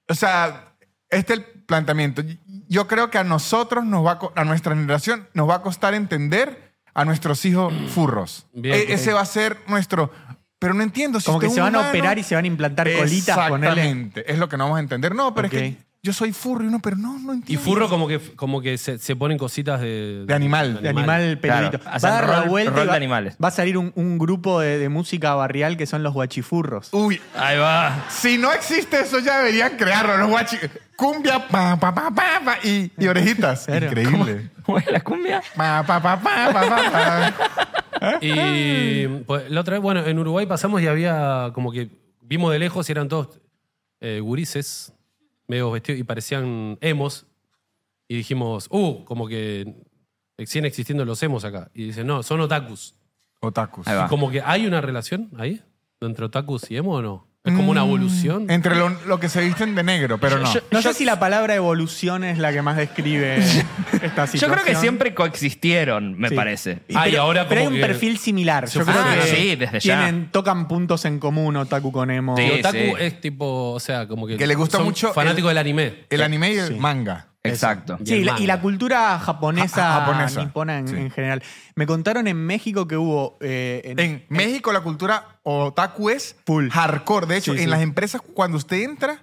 [SPEAKER 4] O sea, este es el planteamiento. Yo creo que a nosotros, nos va a, co- a nuestra generación, nos va a costar entender a nuestros hijos furros.
[SPEAKER 3] Bien.
[SPEAKER 4] E- ese va a ser nuestro. Pero no entiendo si
[SPEAKER 2] Como que
[SPEAKER 4] usted
[SPEAKER 2] se
[SPEAKER 4] es
[SPEAKER 2] van a
[SPEAKER 4] humano-
[SPEAKER 2] operar y se van a implantar colitas, ponele.
[SPEAKER 4] Exactamente. Es lo que no vamos a entender. No, pero es
[SPEAKER 2] Ok.
[SPEAKER 4] que yo soy furro y uno, pero no, no
[SPEAKER 3] Y
[SPEAKER 4] entiendo.
[SPEAKER 3] furro como que, como que se, se ponen cositas de...
[SPEAKER 4] De animal.
[SPEAKER 2] De animal peludito.
[SPEAKER 1] Claro,
[SPEAKER 2] Va a
[SPEAKER 1] hacen
[SPEAKER 2] dar la
[SPEAKER 1] rol-
[SPEAKER 2] vuelta. y
[SPEAKER 1] rol de
[SPEAKER 2] va-
[SPEAKER 1] animales.
[SPEAKER 2] Va a salir un, un grupo de, de música barrial que son los guachifurros.
[SPEAKER 4] Uy,
[SPEAKER 1] Ahí va.
[SPEAKER 4] si no existe eso, ya deberían crearlo. Los guachi. Cumbia, pa, pa, pa, pa, pa, y, y orejitas.
[SPEAKER 2] Claro.
[SPEAKER 4] Increíble.
[SPEAKER 1] ¿Cómo es la cumbia?
[SPEAKER 4] Pa, pa, pa, pa, pa, pa, pa.
[SPEAKER 3] Y pues, la otra vez, bueno, en Uruguay pasamos y había como que vimos de lejos y eran todos eh, gurises, medio vestidos y parecían emos. Y dijimos, uh, como que siguen existiendo los emos acá. Y dicen, no, son otakus.
[SPEAKER 4] Otakus.
[SPEAKER 1] Ahí va.
[SPEAKER 3] Como que hay una relación ahí entre otakus y emo o no. Es como una evolución.
[SPEAKER 4] Entre lo, lo que se visten de negro, pero no.
[SPEAKER 1] Yo-
[SPEAKER 2] No
[SPEAKER 1] yo-
[SPEAKER 2] sé si la palabra evolución es la que más describe esta situación.
[SPEAKER 1] Yo creo que siempre coexistieron, me
[SPEAKER 2] Sí.
[SPEAKER 1] parece.
[SPEAKER 3] Ah, y
[SPEAKER 2] pero,
[SPEAKER 3] ahora
[SPEAKER 2] pero hay
[SPEAKER 3] como
[SPEAKER 2] un
[SPEAKER 3] que-
[SPEAKER 2] perfil similar. Yo
[SPEAKER 3] Ah,
[SPEAKER 2] creo que
[SPEAKER 1] sí, desde ya.
[SPEAKER 2] tienen, tocan puntos en común Otaku con Emo.
[SPEAKER 1] Sí.
[SPEAKER 3] Y otaku es tipo, o sea, como que...
[SPEAKER 4] Que le gusta
[SPEAKER 3] son
[SPEAKER 4] mucho
[SPEAKER 3] Fanático
[SPEAKER 4] el-
[SPEAKER 1] Eh,
[SPEAKER 3] del anime.
[SPEAKER 4] El anime y el manga.
[SPEAKER 1] Exacto.
[SPEAKER 3] Y
[SPEAKER 2] Sí,
[SPEAKER 3] el
[SPEAKER 2] y la-
[SPEAKER 3] manga.
[SPEAKER 2] y la cultura japonesa,
[SPEAKER 4] Ja- japonesa,
[SPEAKER 2] nipona en,
[SPEAKER 4] sí.
[SPEAKER 2] en general. Me contaron en México que hubo eh, en-
[SPEAKER 4] En México la cultura otaku es
[SPEAKER 2] Full.
[SPEAKER 4] hardcore. De hecho,
[SPEAKER 2] Sí,
[SPEAKER 4] en
[SPEAKER 2] sí.
[SPEAKER 4] las empresas, cuando usted entra,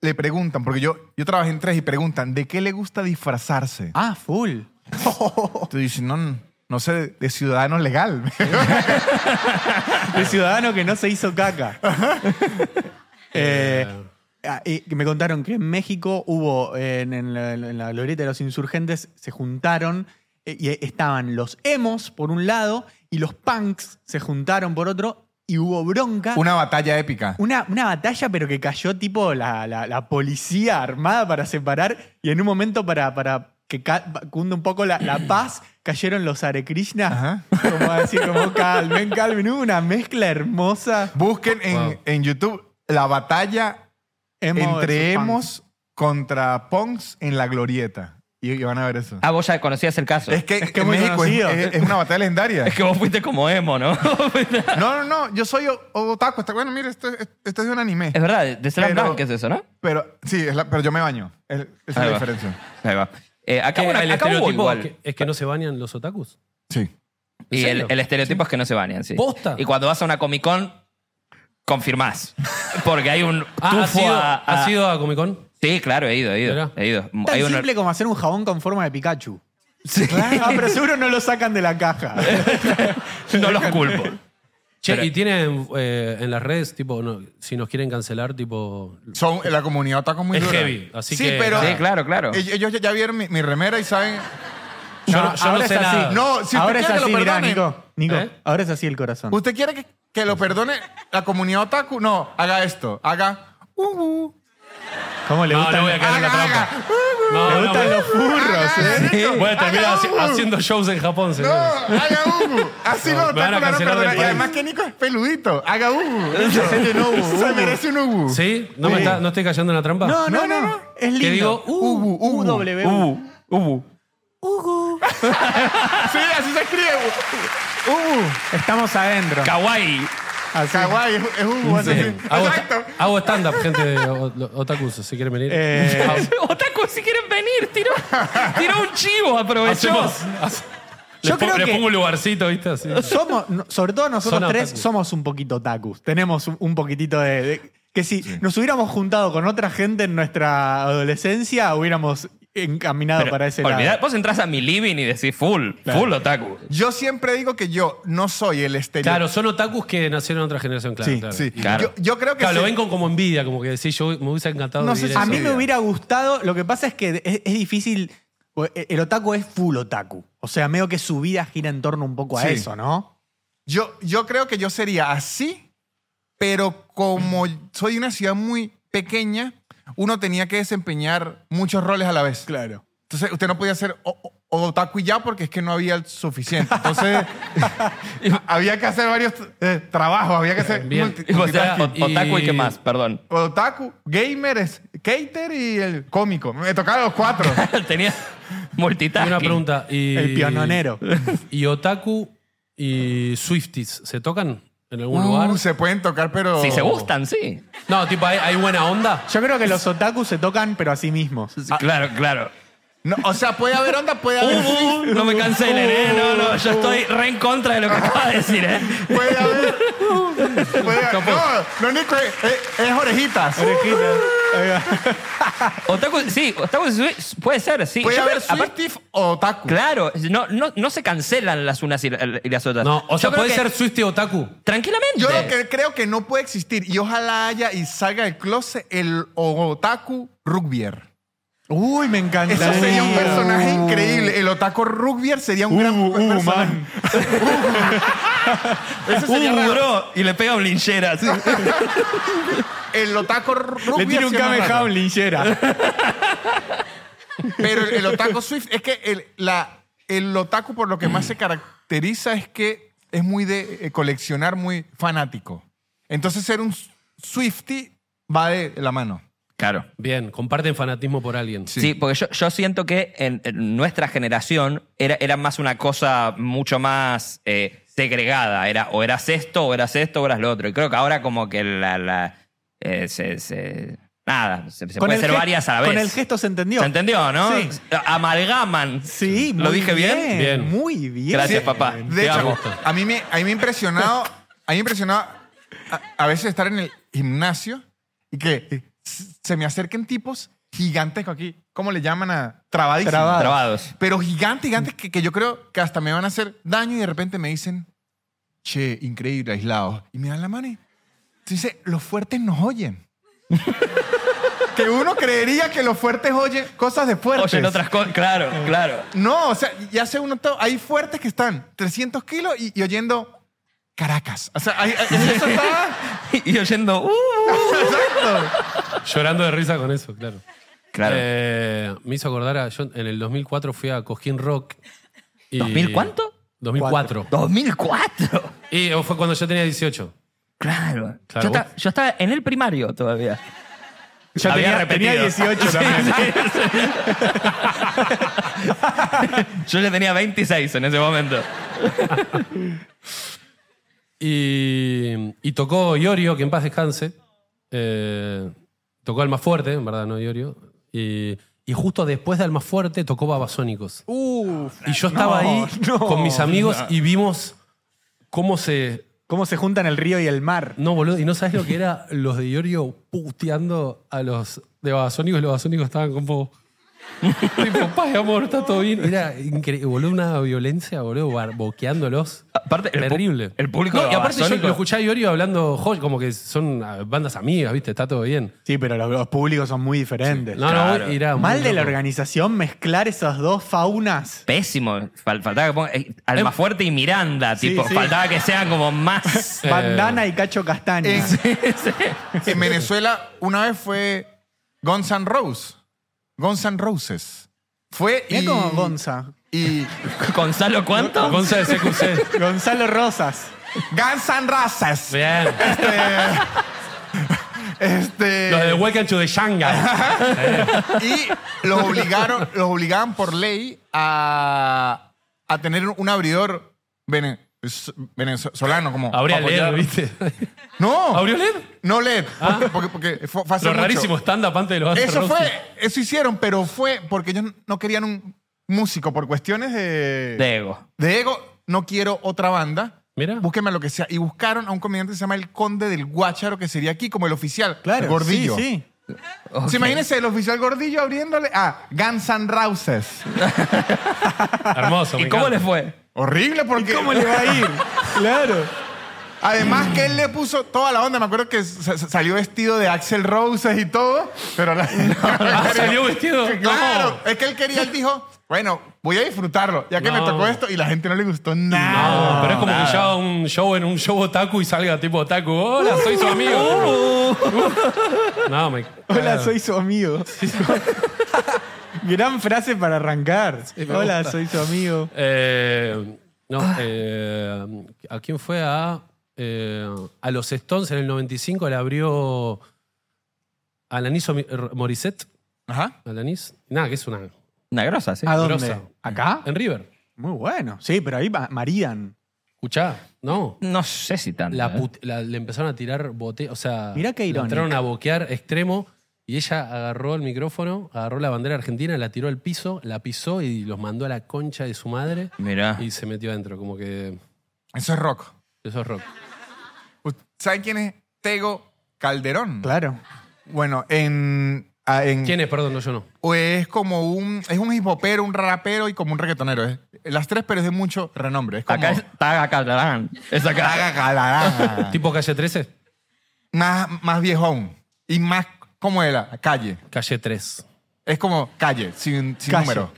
[SPEAKER 4] le preguntan, porque yo, yo trabajé en tres y preguntan, ¿de qué le gusta disfrazarse?
[SPEAKER 2] Ah, full.
[SPEAKER 4] Tú dices, no, no, no sé, de ciudadano legal.
[SPEAKER 2] El ciudadano que no se hizo caca. Eh, ah, y me contaron que en México hubo, eh, en, en la, en la glorieta de los insurgentes, se juntaron eh, y estaban los emos por un lado y los punks se juntaron por otro y hubo bronca.
[SPEAKER 4] Una batalla épica.
[SPEAKER 2] Una, una batalla, pero que cayó tipo la, la- la policía armada para separar y en un momento para, para que ca- cunda un poco la, la paz, cayeron los Hare Krishna.
[SPEAKER 4] Ajá.
[SPEAKER 2] Como a decir, como calmen, calmen. Hubo una mezcla hermosa
[SPEAKER 4] Busquen en,
[SPEAKER 3] Wow.
[SPEAKER 4] en YouTube la batalla
[SPEAKER 2] emo
[SPEAKER 4] entre
[SPEAKER 2] versus punk.
[SPEAKER 4] emos contra punks en la glorieta. Y, y van a ver eso.
[SPEAKER 1] Ah, vos ya conocías el caso.
[SPEAKER 4] es que,
[SPEAKER 2] es que
[SPEAKER 4] en
[SPEAKER 2] muy
[SPEAKER 4] México es,
[SPEAKER 2] conocido.
[SPEAKER 4] es- es una batalla legendaria.
[SPEAKER 1] Es que vos fuiste como emo, ¿no? es
[SPEAKER 4] No, no, no. Yo soy o- otaku. Está, bueno, mire, esto, esto este es de un anime.
[SPEAKER 1] verdad, de Slam
[SPEAKER 4] Pero-
[SPEAKER 1] Dunk es eso, ¿no?
[SPEAKER 4] Pero sí, es la- pero yo me baño. Es- esa
[SPEAKER 1] Ahí
[SPEAKER 4] es la
[SPEAKER 1] va.
[SPEAKER 4] diferencia.
[SPEAKER 1] Ahí va. Eh, acá,
[SPEAKER 3] Que
[SPEAKER 1] bueno,
[SPEAKER 3] el
[SPEAKER 1] acá hubo
[SPEAKER 3] estereotipo
[SPEAKER 1] igual.
[SPEAKER 3] es que- es que no se bañan los otakus.
[SPEAKER 4] Sí.
[SPEAKER 1] Y el,
[SPEAKER 3] ¿En serio?
[SPEAKER 1] el estereotipo es que no se bañan, sí.
[SPEAKER 3] Posta.
[SPEAKER 1] Y cuando vas a una Comic Con, confirmás. Porque hay un
[SPEAKER 3] Ah, ¿has
[SPEAKER 1] tufo
[SPEAKER 3] ido,
[SPEAKER 1] a- a-
[SPEAKER 3] has ido a Comic Con?
[SPEAKER 1] Sí, claro, he ido, he ido.
[SPEAKER 3] Mirá.
[SPEAKER 1] He ido.
[SPEAKER 2] Tan
[SPEAKER 1] Hay un-
[SPEAKER 2] simple como hacer un jabón con forma de Pikachu.
[SPEAKER 1] Sí.
[SPEAKER 2] Ah, pero seguro no lo sacan de la caja.
[SPEAKER 1] no los culpo.
[SPEAKER 3] Che,
[SPEAKER 1] Pero-
[SPEAKER 3] y tienen eh, en las redes, tipo, no, si nos quieren cancelar, tipo.
[SPEAKER 4] Son, la comunidad otaku es muy
[SPEAKER 3] Es
[SPEAKER 4] dura.
[SPEAKER 3] heavy, así
[SPEAKER 4] sí,
[SPEAKER 3] que-
[SPEAKER 4] Pero,
[SPEAKER 1] Sí, claro, claro.
[SPEAKER 4] Ellos ellos ya- ya vieron mi, mi remera y saben.
[SPEAKER 3] Yo,
[SPEAKER 2] No,
[SPEAKER 3] no- yo no
[SPEAKER 2] ahora
[SPEAKER 3] sé
[SPEAKER 2] es así.
[SPEAKER 3] nada.
[SPEAKER 4] No, si usted
[SPEAKER 2] ahora es
[SPEAKER 4] quiere que
[SPEAKER 2] así,
[SPEAKER 4] lo
[SPEAKER 2] mirá,
[SPEAKER 4] perdonen.
[SPEAKER 2] Nico. Nico,
[SPEAKER 3] ¿Eh?
[SPEAKER 2] ahora es así el corazón.
[SPEAKER 4] ¿Usted quiere que, que lo perdone la comunidad otaku? No, haga esto. Haga. Uh, uh,
[SPEAKER 2] ¿Cómo le
[SPEAKER 3] No,
[SPEAKER 2] gustan
[SPEAKER 3] no voy a
[SPEAKER 2] los-
[SPEAKER 3] caer en la
[SPEAKER 4] haga,
[SPEAKER 3] trampa.
[SPEAKER 4] haga.
[SPEAKER 3] No,
[SPEAKER 2] le
[SPEAKER 3] no,
[SPEAKER 2] gustan
[SPEAKER 3] voy- Ah,
[SPEAKER 2] los furros, eh?
[SPEAKER 4] haga esto,
[SPEAKER 3] voy a terminar
[SPEAKER 4] haga,
[SPEAKER 3] haci-
[SPEAKER 4] uh, uh.
[SPEAKER 3] haciendo shows en Japón,
[SPEAKER 4] No,
[SPEAKER 3] señores.
[SPEAKER 4] haga Hugo. Así
[SPEAKER 3] No,
[SPEAKER 4] no,
[SPEAKER 3] me van a
[SPEAKER 4] está
[SPEAKER 3] cancelar del
[SPEAKER 4] Y
[SPEAKER 3] país.
[SPEAKER 4] además que Nico es peludito. Haga Hugo. Se merece un Hugo.
[SPEAKER 3] ¿Sí? ¿No, me está- no estoy cayendo en la trampa?
[SPEAKER 2] No, no,
[SPEAKER 4] No, no,
[SPEAKER 2] no,
[SPEAKER 4] no.
[SPEAKER 2] Es lindo.
[SPEAKER 3] digo,
[SPEAKER 4] Ubu, Ubu.
[SPEAKER 2] UW.
[SPEAKER 1] Ubu, ubu.
[SPEAKER 4] Sí, así se escribe.
[SPEAKER 2] Uh, estamos adentro.
[SPEAKER 1] Kawaii.
[SPEAKER 2] Así.
[SPEAKER 4] Kawaii, es, es Hugo. así.
[SPEAKER 3] Sí. Eh, Hago,
[SPEAKER 4] Exacto.
[SPEAKER 3] hago stand-up, gente de o- lo- otakus, si quieren venir.
[SPEAKER 2] Eh,
[SPEAKER 1] Otaku, si quieren venir, tiró, tiró un chivo, aprovechó.
[SPEAKER 3] Hacemos. hace-
[SPEAKER 2] Yo
[SPEAKER 3] les pon-
[SPEAKER 2] creo
[SPEAKER 3] les
[SPEAKER 2] que-
[SPEAKER 3] pongo un lugarcito, ¿viste? Así.
[SPEAKER 2] somos, no- sobre todo nosotros
[SPEAKER 3] Son
[SPEAKER 2] tres
[SPEAKER 3] otakus.
[SPEAKER 2] somos un poquito otakus. Tenemos un, un poquitito de, de- Que si nos hubiéramos juntado con otra gente en nuestra adolescencia, hubiéramos encaminado
[SPEAKER 1] Pero,
[SPEAKER 2] para ese
[SPEAKER 1] olvidá-
[SPEAKER 2] lado.
[SPEAKER 1] Vos entras a mi living y decís full, full otaku.
[SPEAKER 4] Yo siempre digo que yo no soy el estereotipo.
[SPEAKER 3] Claro, son otakus que nacieron en otra generación, claro.
[SPEAKER 2] Sí,
[SPEAKER 3] claro.
[SPEAKER 4] Sí.
[SPEAKER 1] Claro.
[SPEAKER 4] Yo, yo creo que
[SPEAKER 3] Claro, lo
[SPEAKER 4] sí.
[SPEAKER 3] ven con- como envidia, como que decís, yo me hubiese encantado
[SPEAKER 4] No sé
[SPEAKER 3] vivir
[SPEAKER 4] si-
[SPEAKER 2] A
[SPEAKER 3] eso.
[SPEAKER 2] mí me
[SPEAKER 4] Sí.
[SPEAKER 2] hubiera gustado. Lo que pasa es que es, es difícil. e, El otaku es full otaku. O sea, medio que su vida gira en torno un poco a
[SPEAKER 4] Sí.
[SPEAKER 2] eso, ¿no?
[SPEAKER 4] Yo, yo creo que yo sería así, pero como soy de una ciudad muy pequeña, uno tenía que desempeñar muchos roles a la vez.
[SPEAKER 2] Claro.
[SPEAKER 4] Entonces, usted no podía ser o- o- otaku y ya porque es que no había el suficiente. Entonces, había que hacer varios eh, trabajos, había que hacer
[SPEAKER 3] Bien.
[SPEAKER 4] multi-
[SPEAKER 1] O sea,
[SPEAKER 4] multitasking.
[SPEAKER 1] o- otaku y qué más, perdón.
[SPEAKER 4] otaku, gamers, cater y el cómico. Me tocaban los cuatro.
[SPEAKER 1] Tenía
[SPEAKER 3] Y
[SPEAKER 1] multitasking.
[SPEAKER 3] una pregunta. Y,
[SPEAKER 2] El piononero.
[SPEAKER 3] ¿Y otaku y Swifties se tocan en algún
[SPEAKER 4] Uh,
[SPEAKER 3] lugar?
[SPEAKER 4] se pueden tocar, pero...
[SPEAKER 1] Si se gustan, sí.
[SPEAKER 3] No, tipo, ¿hay, hay buena onda?
[SPEAKER 2] Yo creo que los otakus se tocan, pero a sí mismos.
[SPEAKER 1] Claro, claro.
[SPEAKER 4] No, o sea, puede haber onda, puede haber...
[SPEAKER 1] Uh, uh, no me cancelen, ¿eh? No, no, yo estoy re en contra de lo que acaba de decir, ¿eh?
[SPEAKER 4] Puede haber. Puede haber. No, eh, lo único es, es- es orejitas.
[SPEAKER 1] Otaku, sí, Otaku puede ser, sí.
[SPEAKER 4] Puede
[SPEAKER 1] Yo
[SPEAKER 4] haber
[SPEAKER 1] creo- aparte-
[SPEAKER 4] Swiftif o Otaku.
[SPEAKER 1] Claro, no, no, no se cancelan las unas y, la- y las otras.
[SPEAKER 3] No, o sea,
[SPEAKER 1] Yo creo
[SPEAKER 3] puede
[SPEAKER 1] que-
[SPEAKER 3] ser Swiftie otaku.
[SPEAKER 1] Tranquilamente.
[SPEAKER 4] Yo lo que creo que no puede existir, y ojalá haya y salga del closet el Otaku Rugbier.
[SPEAKER 2] Uy, me encanta.
[SPEAKER 4] Uh. Eso sería un
[SPEAKER 2] Uh.
[SPEAKER 4] personaje increíble. El Otaku Rugbier sería un
[SPEAKER 2] Uh,
[SPEAKER 4] gran
[SPEAKER 2] uh,
[SPEAKER 4] personaje.
[SPEAKER 2] man.
[SPEAKER 4] Ese sería
[SPEAKER 1] Uh,
[SPEAKER 4] raro.
[SPEAKER 1] bro, y le pega un linchera. así.
[SPEAKER 4] El Otaku Rugbier.
[SPEAKER 2] Le tiene un
[SPEAKER 4] sería más raro.
[SPEAKER 2] Kamehameha linchera.
[SPEAKER 4] Pero el, el otaku Swift, es que el, la, el otaku por lo que más se caracteriza es que es muy de eh, coleccionar, muy fanático. Entonces ser un Swifty va de la mano.
[SPEAKER 1] Claro.
[SPEAKER 3] Bien, comparten fanatismo por alguien.
[SPEAKER 1] Sí, porque yo, yo siento que en, en nuestra generación era, era más una cosa mucho más eh, segregada. Era o eras esto, o eras esto, o eras lo otro. Y creo que ahora como que la... la, eh, se- se- Nada, se, se
[SPEAKER 2] Con
[SPEAKER 1] puede
[SPEAKER 2] el
[SPEAKER 1] hacer
[SPEAKER 2] ge-
[SPEAKER 1] varias a la vez.
[SPEAKER 2] Con el gesto se entendió.
[SPEAKER 1] ¿Se entendió, no?
[SPEAKER 2] Sí.
[SPEAKER 1] Amalgaman.
[SPEAKER 2] Sí,
[SPEAKER 1] ¿Lo
[SPEAKER 2] muy
[SPEAKER 1] dije bien?
[SPEAKER 3] Bien.
[SPEAKER 2] Muy bien.
[SPEAKER 1] Gracias,
[SPEAKER 4] Sí.
[SPEAKER 1] papá.
[SPEAKER 4] De
[SPEAKER 1] Te
[SPEAKER 4] hecho,
[SPEAKER 1] amo.
[SPEAKER 4] a mí me, a mí me ha impresionado, a mí me ha impresionado a, a veces estar en el gimnasio y que se me acerquen tipos gigantescos aquí. ¿Cómo le llaman a trabadísimos?
[SPEAKER 2] Trabados.
[SPEAKER 1] Trabados.
[SPEAKER 4] Pero gigantes, gigantes que, que yo creo que hasta me van a hacer daño y de repente me dicen, che, increíble, aislado. Y me dan la mano y entonces los fuertes nos oyen. que uno creería que los fuertes oyen cosas de fuertes.
[SPEAKER 1] Oyen otras cosas. Claro, claro.
[SPEAKER 4] No, o sea, ya se uno todo. Hay fuertes que están 300 kilos y, y oyendo Caracas. O sea, hay- hay- eso está.
[SPEAKER 1] Y oyendo. "Uh, uh".
[SPEAKER 4] Exacto.
[SPEAKER 3] Llorando de risa con eso, claro.
[SPEAKER 1] Claro.
[SPEAKER 3] Eh, me hizo acordar a. Yo en el 2004 fui a Cosquín Rock. y-
[SPEAKER 1] ¿2000 cuánto?
[SPEAKER 3] 2004.
[SPEAKER 1] 2004.
[SPEAKER 3] Y oh, fue cuando yo tenía 18.
[SPEAKER 1] Claro.
[SPEAKER 3] Claro,
[SPEAKER 1] yo, esta-
[SPEAKER 3] vos-
[SPEAKER 1] yo estaba en el primario todavía.
[SPEAKER 2] Yo
[SPEAKER 1] Había
[SPEAKER 2] tenía, tenía
[SPEAKER 1] repetido.
[SPEAKER 2] 18 también.
[SPEAKER 1] Yo ya tenía 26 en ese momento.
[SPEAKER 3] Y, y tocó Iorio, que en paz descanse. Eh, tocó Alma Fuerte, en verdad, no Iorio. Y, y justo después de Alma Fuerte tocó Babasónicos.
[SPEAKER 2] Uf.
[SPEAKER 3] Y yo estaba
[SPEAKER 2] No,
[SPEAKER 3] ahí
[SPEAKER 2] no,
[SPEAKER 3] con mis amigos
[SPEAKER 2] no.
[SPEAKER 3] y vimos cómo se.
[SPEAKER 2] ¿Cómo se juntan el río y el mar?
[SPEAKER 3] No, boludo, y no sabes lo que era los de Iorio puteando a los de Babasónicos y los Babasónicos estaban como. tipo, paz, amor, está todo bien. Era increíble, boludo, una violencia, boludo, bar- boqueándolos.
[SPEAKER 1] Aparte, el pu-
[SPEAKER 3] Terrible.
[SPEAKER 1] el público
[SPEAKER 3] No, y aparte, yo
[SPEAKER 1] babasónico-
[SPEAKER 3] lo escuché a Iorio hablando joy, como que son ah, bandas amigas, ¿viste? Está todo bien.
[SPEAKER 2] Sí, pero los, los públicos son muy diferentes.
[SPEAKER 3] No,
[SPEAKER 1] Claro.
[SPEAKER 3] no, era muy
[SPEAKER 2] Mal de la
[SPEAKER 3] loco.
[SPEAKER 2] organización mezclar esas dos faunas.
[SPEAKER 1] Pésimo. Fal- faltaba que ponga. eh,
[SPEAKER 3] Em-
[SPEAKER 1] Almafuerte y Miranda,
[SPEAKER 2] Sí,
[SPEAKER 1] tipo.
[SPEAKER 2] sí.
[SPEAKER 1] Faltaba que sean como más.
[SPEAKER 2] Bandana y cacho castaña.
[SPEAKER 3] Eh,
[SPEAKER 4] En, en Venezuela, una vez fue Guns N' Rose. Guns N' Roses. Fue.
[SPEAKER 2] Mirá
[SPEAKER 4] y-
[SPEAKER 2] como Gonza.
[SPEAKER 4] Y.
[SPEAKER 1] ¿Gonzalo cuánto?
[SPEAKER 3] Gonza de
[SPEAKER 1] Eh.
[SPEAKER 3] CQC.
[SPEAKER 2] Gonzalo Rosas.
[SPEAKER 4] Guns N' Roses.
[SPEAKER 3] Bien.
[SPEAKER 4] Este.
[SPEAKER 3] Los de Welcome to the Shanghai.
[SPEAKER 4] Y los obligaron, los obligaban por ley a, a tener un abridor vene- venezolano como
[SPEAKER 3] Habría
[SPEAKER 4] para apoyar.
[SPEAKER 3] leer, ¿viste?
[SPEAKER 4] no
[SPEAKER 3] ¿Habría leer?
[SPEAKER 4] no LED porque, porque fue, fue hace
[SPEAKER 3] Ah. Lo
[SPEAKER 4] mucho.
[SPEAKER 3] rarísimo stand-up antes de los Guns N'
[SPEAKER 4] eso
[SPEAKER 3] Roses.
[SPEAKER 4] fue eso hicieron pero fue porque ellos no querían un músico por cuestiones de
[SPEAKER 1] De ego.
[SPEAKER 4] de ego, no quiero otra banda.
[SPEAKER 3] Mira.
[SPEAKER 4] Búsquenme a lo que sea. Y buscaron a un comediante que se llama El Conde del Guácharo, que sería aquí como el oficial.
[SPEAKER 2] Claro.
[SPEAKER 4] el gordillo.
[SPEAKER 2] Sí,
[SPEAKER 1] Ok.
[SPEAKER 4] Sí, imagínense el oficial gordillo abriéndole a Guns N' Roses.
[SPEAKER 3] Hermoso.
[SPEAKER 1] ¿Y cómo le fue?
[SPEAKER 4] Horrible porque...
[SPEAKER 2] ¿Cómo le va a ir? Claro.
[SPEAKER 4] Además que él le puso toda la onda. Me acuerdo que sa- sa- salió vestido de Axel Roses y todo, pero... la-
[SPEAKER 3] ¿Salió vestido?
[SPEAKER 4] Claro, es que él quería, él dijo, bueno, voy a disfrutarlo, ya que me
[SPEAKER 3] No.
[SPEAKER 4] tocó esto y la gente no le gustó
[SPEAKER 3] No,
[SPEAKER 4] nada.
[SPEAKER 3] No, pero es como
[SPEAKER 1] nada.
[SPEAKER 3] que yo haga un show en un show otaku y salga tipo otaku. Hola, soy su amigo.
[SPEAKER 1] Uh.
[SPEAKER 3] No, me.
[SPEAKER 2] Hola, soy su amigo. Gran frase para arrancar.
[SPEAKER 3] me
[SPEAKER 2] Hola,
[SPEAKER 3] gusta.
[SPEAKER 2] soy su amigo.
[SPEAKER 3] Eh, no, eh, ¿a quién fue? A, eh, a los Stones en el 95 le abrió Alanis Omi- R- Morissette.
[SPEAKER 4] Ajá.
[SPEAKER 3] Alanis. Nada, que es una
[SPEAKER 1] Una grosa, sí.
[SPEAKER 2] ¿A dónde?
[SPEAKER 3] grosa.
[SPEAKER 2] ¿Acá?
[SPEAKER 3] En River.
[SPEAKER 2] Muy bueno. Sí, pero ahí ma- maridan.
[SPEAKER 3] Escuchá, no.
[SPEAKER 1] No sé si tanto.
[SPEAKER 3] La
[SPEAKER 1] ¿eh?
[SPEAKER 3] put- la- le empezaron a tirar botellas. O sea,
[SPEAKER 2] Mirá qué
[SPEAKER 3] le
[SPEAKER 2] irónico.
[SPEAKER 3] entraron a boquear extremo y ella agarró el micrófono, agarró la bandera argentina, la tiró al piso, la pisó y los mandó a la concha de su madre
[SPEAKER 1] Mirá.
[SPEAKER 3] y se metió adentro. Como que
[SPEAKER 4] Eso es rock.
[SPEAKER 3] eso es rock.
[SPEAKER 4] ¿Saben quién es Tego Calderón?
[SPEAKER 2] Claro.
[SPEAKER 4] Bueno, en. ah, en-
[SPEAKER 3] ¿Quién es? Perdón, no, yo no.
[SPEAKER 4] o es como un. Es un hip hopero, un rapero y como un reggaetonero. Es, las tres, pero es de mucho renombre. Es como.
[SPEAKER 1] Acá es Taga Catalán. Es acá.
[SPEAKER 4] Taga Galarán.
[SPEAKER 3] ¿Tipo calle 13?
[SPEAKER 4] más, más viejón. Y más como era, calle.
[SPEAKER 3] Calle 3.
[SPEAKER 4] Es como calle, sin, sin
[SPEAKER 2] Calle.
[SPEAKER 4] número.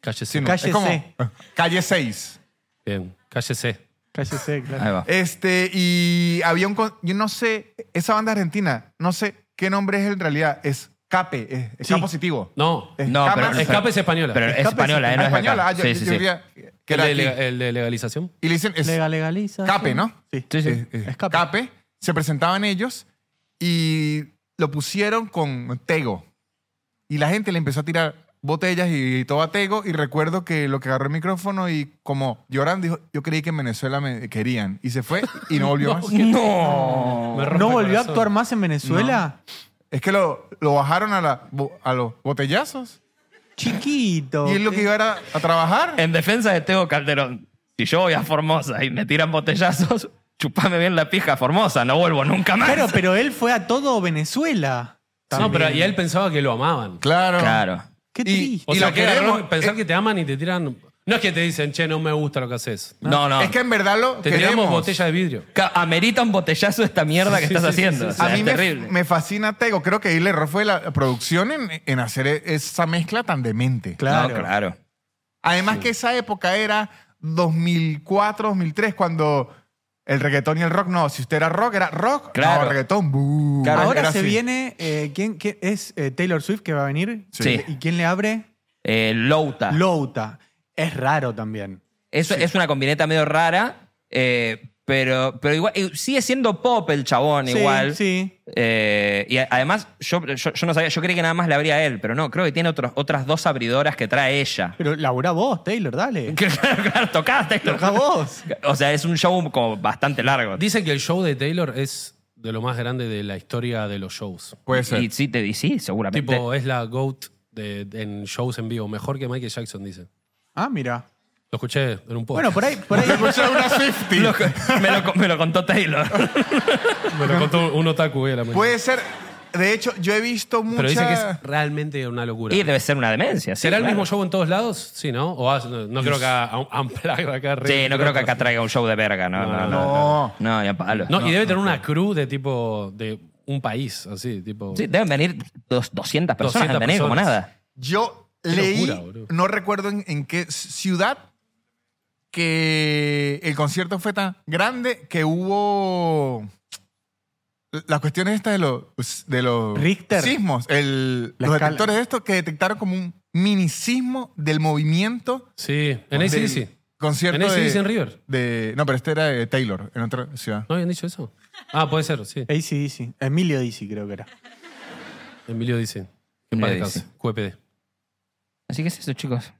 [SPEAKER 3] Calle
[SPEAKER 4] Sin
[SPEAKER 3] 5.
[SPEAKER 4] número.
[SPEAKER 2] Calle
[SPEAKER 4] Es como,
[SPEAKER 2] C.
[SPEAKER 4] Calle 6.
[SPEAKER 3] Bien, calle C.
[SPEAKER 2] Cállese,
[SPEAKER 1] Ahí
[SPEAKER 2] claro.
[SPEAKER 1] va.
[SPEAKER 4] Este, y había un. con- Yo no sé, esa banda argentina, no sé qué nombre es en realidad. Es Cape, es, es
[SPEAKER 2] Sí.
[SPEAKER 4] K positivo.
[SPEAKER 3] No,
[SPEAKER 4] Es
[SPEAKER 1] No,
[SPEAKER 4] K
[SPEAKER 1] pero-
[SPEAKER 4] más-
[SPEAKER 3] escape es española.
[SPEAKER 1] Pero es española, ¿eh? No es de acá.
[SPEAKER 4] española. Ah, yo,
[SPEAKER 1] sí,
[SPEAKER 4] yo
[SPEAKER 1] sí, sí.
[SPEAKER 4] diría que
[SPEAKER 3] el,
[SPEAKER 4] era
[SPEAKER 3] de,
[SPEAKER 4] aquí.
[SPEAKER 3] lega- el de legalización.
[SPEAKER 4] Y le dicen, es,
[SPEAKER 2] Lega- legaliza.
[SPEAKER 4] Escape, ¿no?
[SPEAKER 2] Sí.
[SPEAKER 1] Sí, sí.
[SPEAKER 4] eh, eh,
[SPEAKER 2] Escape.
[SPEAKER 4] Escape. Se presentaban ellos y lo pusieron con Tego. Y la gente le empezó a tirar botellas y todo a Tego. Y recuerdo que lo que agarró el micrófono y como llorando dijo, yo creí que en Venezuela me querían. Y se fue y no volvió más.
[SPEAKER 1] No.
[SPEAKER 3] Me rompe
[SPEAKER 2] ¿No
[SPEAKER 3] el
[SPEAKER 2] volvió a
[SPEAKER 3] corazón.
[SPEAKER 2] actuar más en Venezuela?
[SPEAKER 4] Es que lo, lo bajaron a, la, bo- a los botellazos.
[SPEAKER 2] Chiquito.
[SPEAKER 4] Y él lo que iba era a trabajar.
[SPEAKER 1] En defensa de Teo Calderón, si yo voy a Formosa y me tiran botellazos, chupame bien la pija Formosa, no vuelvo nunca más.
[SPEAKER 2] Claro, pero él fue a todo Venezuela.
[SPEAKER 3] No,
[SPEAKER 2] También.
[SPEAKER 3] pero y él pensaba que lo amaban.
[SPEAKER 4] Claro.
[SPEAKER 1] Claro.
[SPEAKER 2] Qué
[SPEAKER 4] Y-
[SPEAKER 2] triste.
[SPEAKER 3] O
[SPEAKER 4] Y
[SPEAKER 3] sea,
[SPEAKER 4] lo
[SPEAKER 3] que era
[SPEAKER 4] queremos.
[SPEAKER 3] error pensar que te aman y te tiran. No es que te dicen, che, no me gusta lo que haces.
[SPEAKER 1] No, no.
[SPEAKER 4] Es que en verdad lo
[SPEAKER 3] Te tiramos
[SPEAKER 4] queremos.
[SPEAKER 3] botella de vidrio.
[SPEAKER 1] Ca- Amerita un botellazo esta mierda que
[SPEAKER 3] Sí,
[SPEAKER 1] estás
[SPEAKER 3] sí, sí,
[SPEAKER 1] haciendo.
[SPEAKER 3] sí, sí.
[SPEAKER 1] O sea,
[SPEAKER 4] A mí
[SPEAKER 1] es
[SPEAKER 4] me,
[SPEAKER 1] terrible.
[SPEAKER 4] me fascina Tego. Creo que ahí el error fue la producción en, en hacer e-, esa mezcla tan demente.
[SPEAKER 2] Claro.
[SPEAKER 1] No, claro.
[SPEAKER 4] Además que esa época era 2004, 2003, cuando el reggaetón y el rock, no, si usted era rock, era rock,
[SPEAKER 1] Claro.
[SPEAKER 4] no, reggaetón, buu.
[SPEAKER 1] Claro,
[SPEAKER 4] Era
[SPEAKER 2] Ahora se
[SPEAKER 4] así.
[SPEAKER 2] viene. eh, ¿quién, quién- es eh, Taylor Swift que va a venir?
[SPEAKER 1] Sí.
[SPEAKER 2] ¿Y quién le abre?
[SPEAKER 1] Eh,
[SPEAKER 3] Ah.
[SPEAKER 1] Louta.
[SPEAKER 2] Louta. Es raro también.
[SPEAKER 1] Eso es una combineta medio rara, eh, pero, pero igual eh, sigue siendo pop el chabón
[SPEAKER 2] Sí,
[SPEAKER 1] igual.
[SPEAKER 2] Sí.
[SPEAKER 1] Eh, y a- además, yo, yo, yo no sabía, yo creí que nada más le abría a él, pero no, creo que tiene otros, otras dos abridoras que trae ella.
[SPEAKER 2] Pero laburá vos, Taylor, dale.
[SPEAKER 1] claro, claro, tocaste.
[SPEAKER 2] Toca vos.
[SPEAKER 1] O sea, es un show como bastante largo.
[SPEAKER 3] Dicen que el show de Taylor es de lo más grande de la historia de los shows.
[SPEAKER 4] Puede ser.
[SPEAKER 1] Y sí, te di, sí, seguramente.
[SPEAKER 3] Tipo, es la GOAT de- de- en shows en vivo. Mejor que Michael Jackson, dicen.
[SPEAKER 2] Ah, mira.
[SPEAKER 3] Lo escuché en un podcast.
[SPEAKER 2] Bueno, por ahí, por ahí.
[SPEAKER 4] Escuché una 50.
[SPEAKER 1] Lo- me, lo, me lo contó Taylor.
[SPEAKER 3] Me lo contó un otaku hoy a la mañana.
[SPEAKER 4] Puede ser. De hecho, yo he visto muchas.
[SPEAKER 3] Pero dicen que es realmente una locura.
[SPEAKER 1] y debe ser una demencia. sí,
[SPEAKER 3] ¿Será el
[SPEAKER 1] claro.
[SPEAKER 3] mismo show en todos lados? Sí, ¿no? O has- no, no creo que a, a, a Unplugged acá.
[SPEAKER 1] Sí,
[SPEAKER 3] re-
[SPEAKER 1] no creo que acá traiga un show de verga, no, no, no. No,
[SPEAKER 4] No.
[SPEAKER 1] ni a palo.
[SPEAKER 3] No, y debe tener una crew de tipo. de un país, así, tipo.
[SPEAKER 1] Sí, deben venir dos- 200 personas,
[SPEAKER 3] 200
[SPEAKER 1] han venido como
[SPEAKER 3] personas.
[SPEAKER 1] nada.
[SPEAKER 4] Yo leí,
[SPEAKER 3] locura, boludo.
[SPEAKER 4] no recuerdo en, en qué ciudad, que el concierto fue tan grande que hubo. Las cuestiones estas de los. De los
[SPEAKER 2] Richter.
[SPEAKER 4] Sismos. El,
[SPEAKER 2] La
[SPEAKER 4] los
[SPEAKER 2] escala.
[SPEAKER 4] detectores de estos que detectaron como un mini sismo del movimiento.
[SPEAKER 3] Sí, en
[SPEAKER 4] del
[SPEAKER 3] ACDC.
[SPEAKER 4] Concierto.
[SPEAKER 3] En AC/DC
[SPEAKER 4] de-
[SPEAKER 3] en River.
[SPEAKER 4] de- no, pero este era de Taylor, en otra ciudad.
[SPEAKER 3] ¿No habían dicho eso? Ah, puede ser, sí.
[SPEAKER 2] ACDC. Emilio DC, creo que era.
[SPEAKER 3] Emilio dice. En
[SPEAKER 1] Emilio
[SPEAKER 3] paz descanse.
[SPEAKER 1] dice.
[SPEAKER 3] QPD.
[SPEAKER 1] Así que es eso, chicos.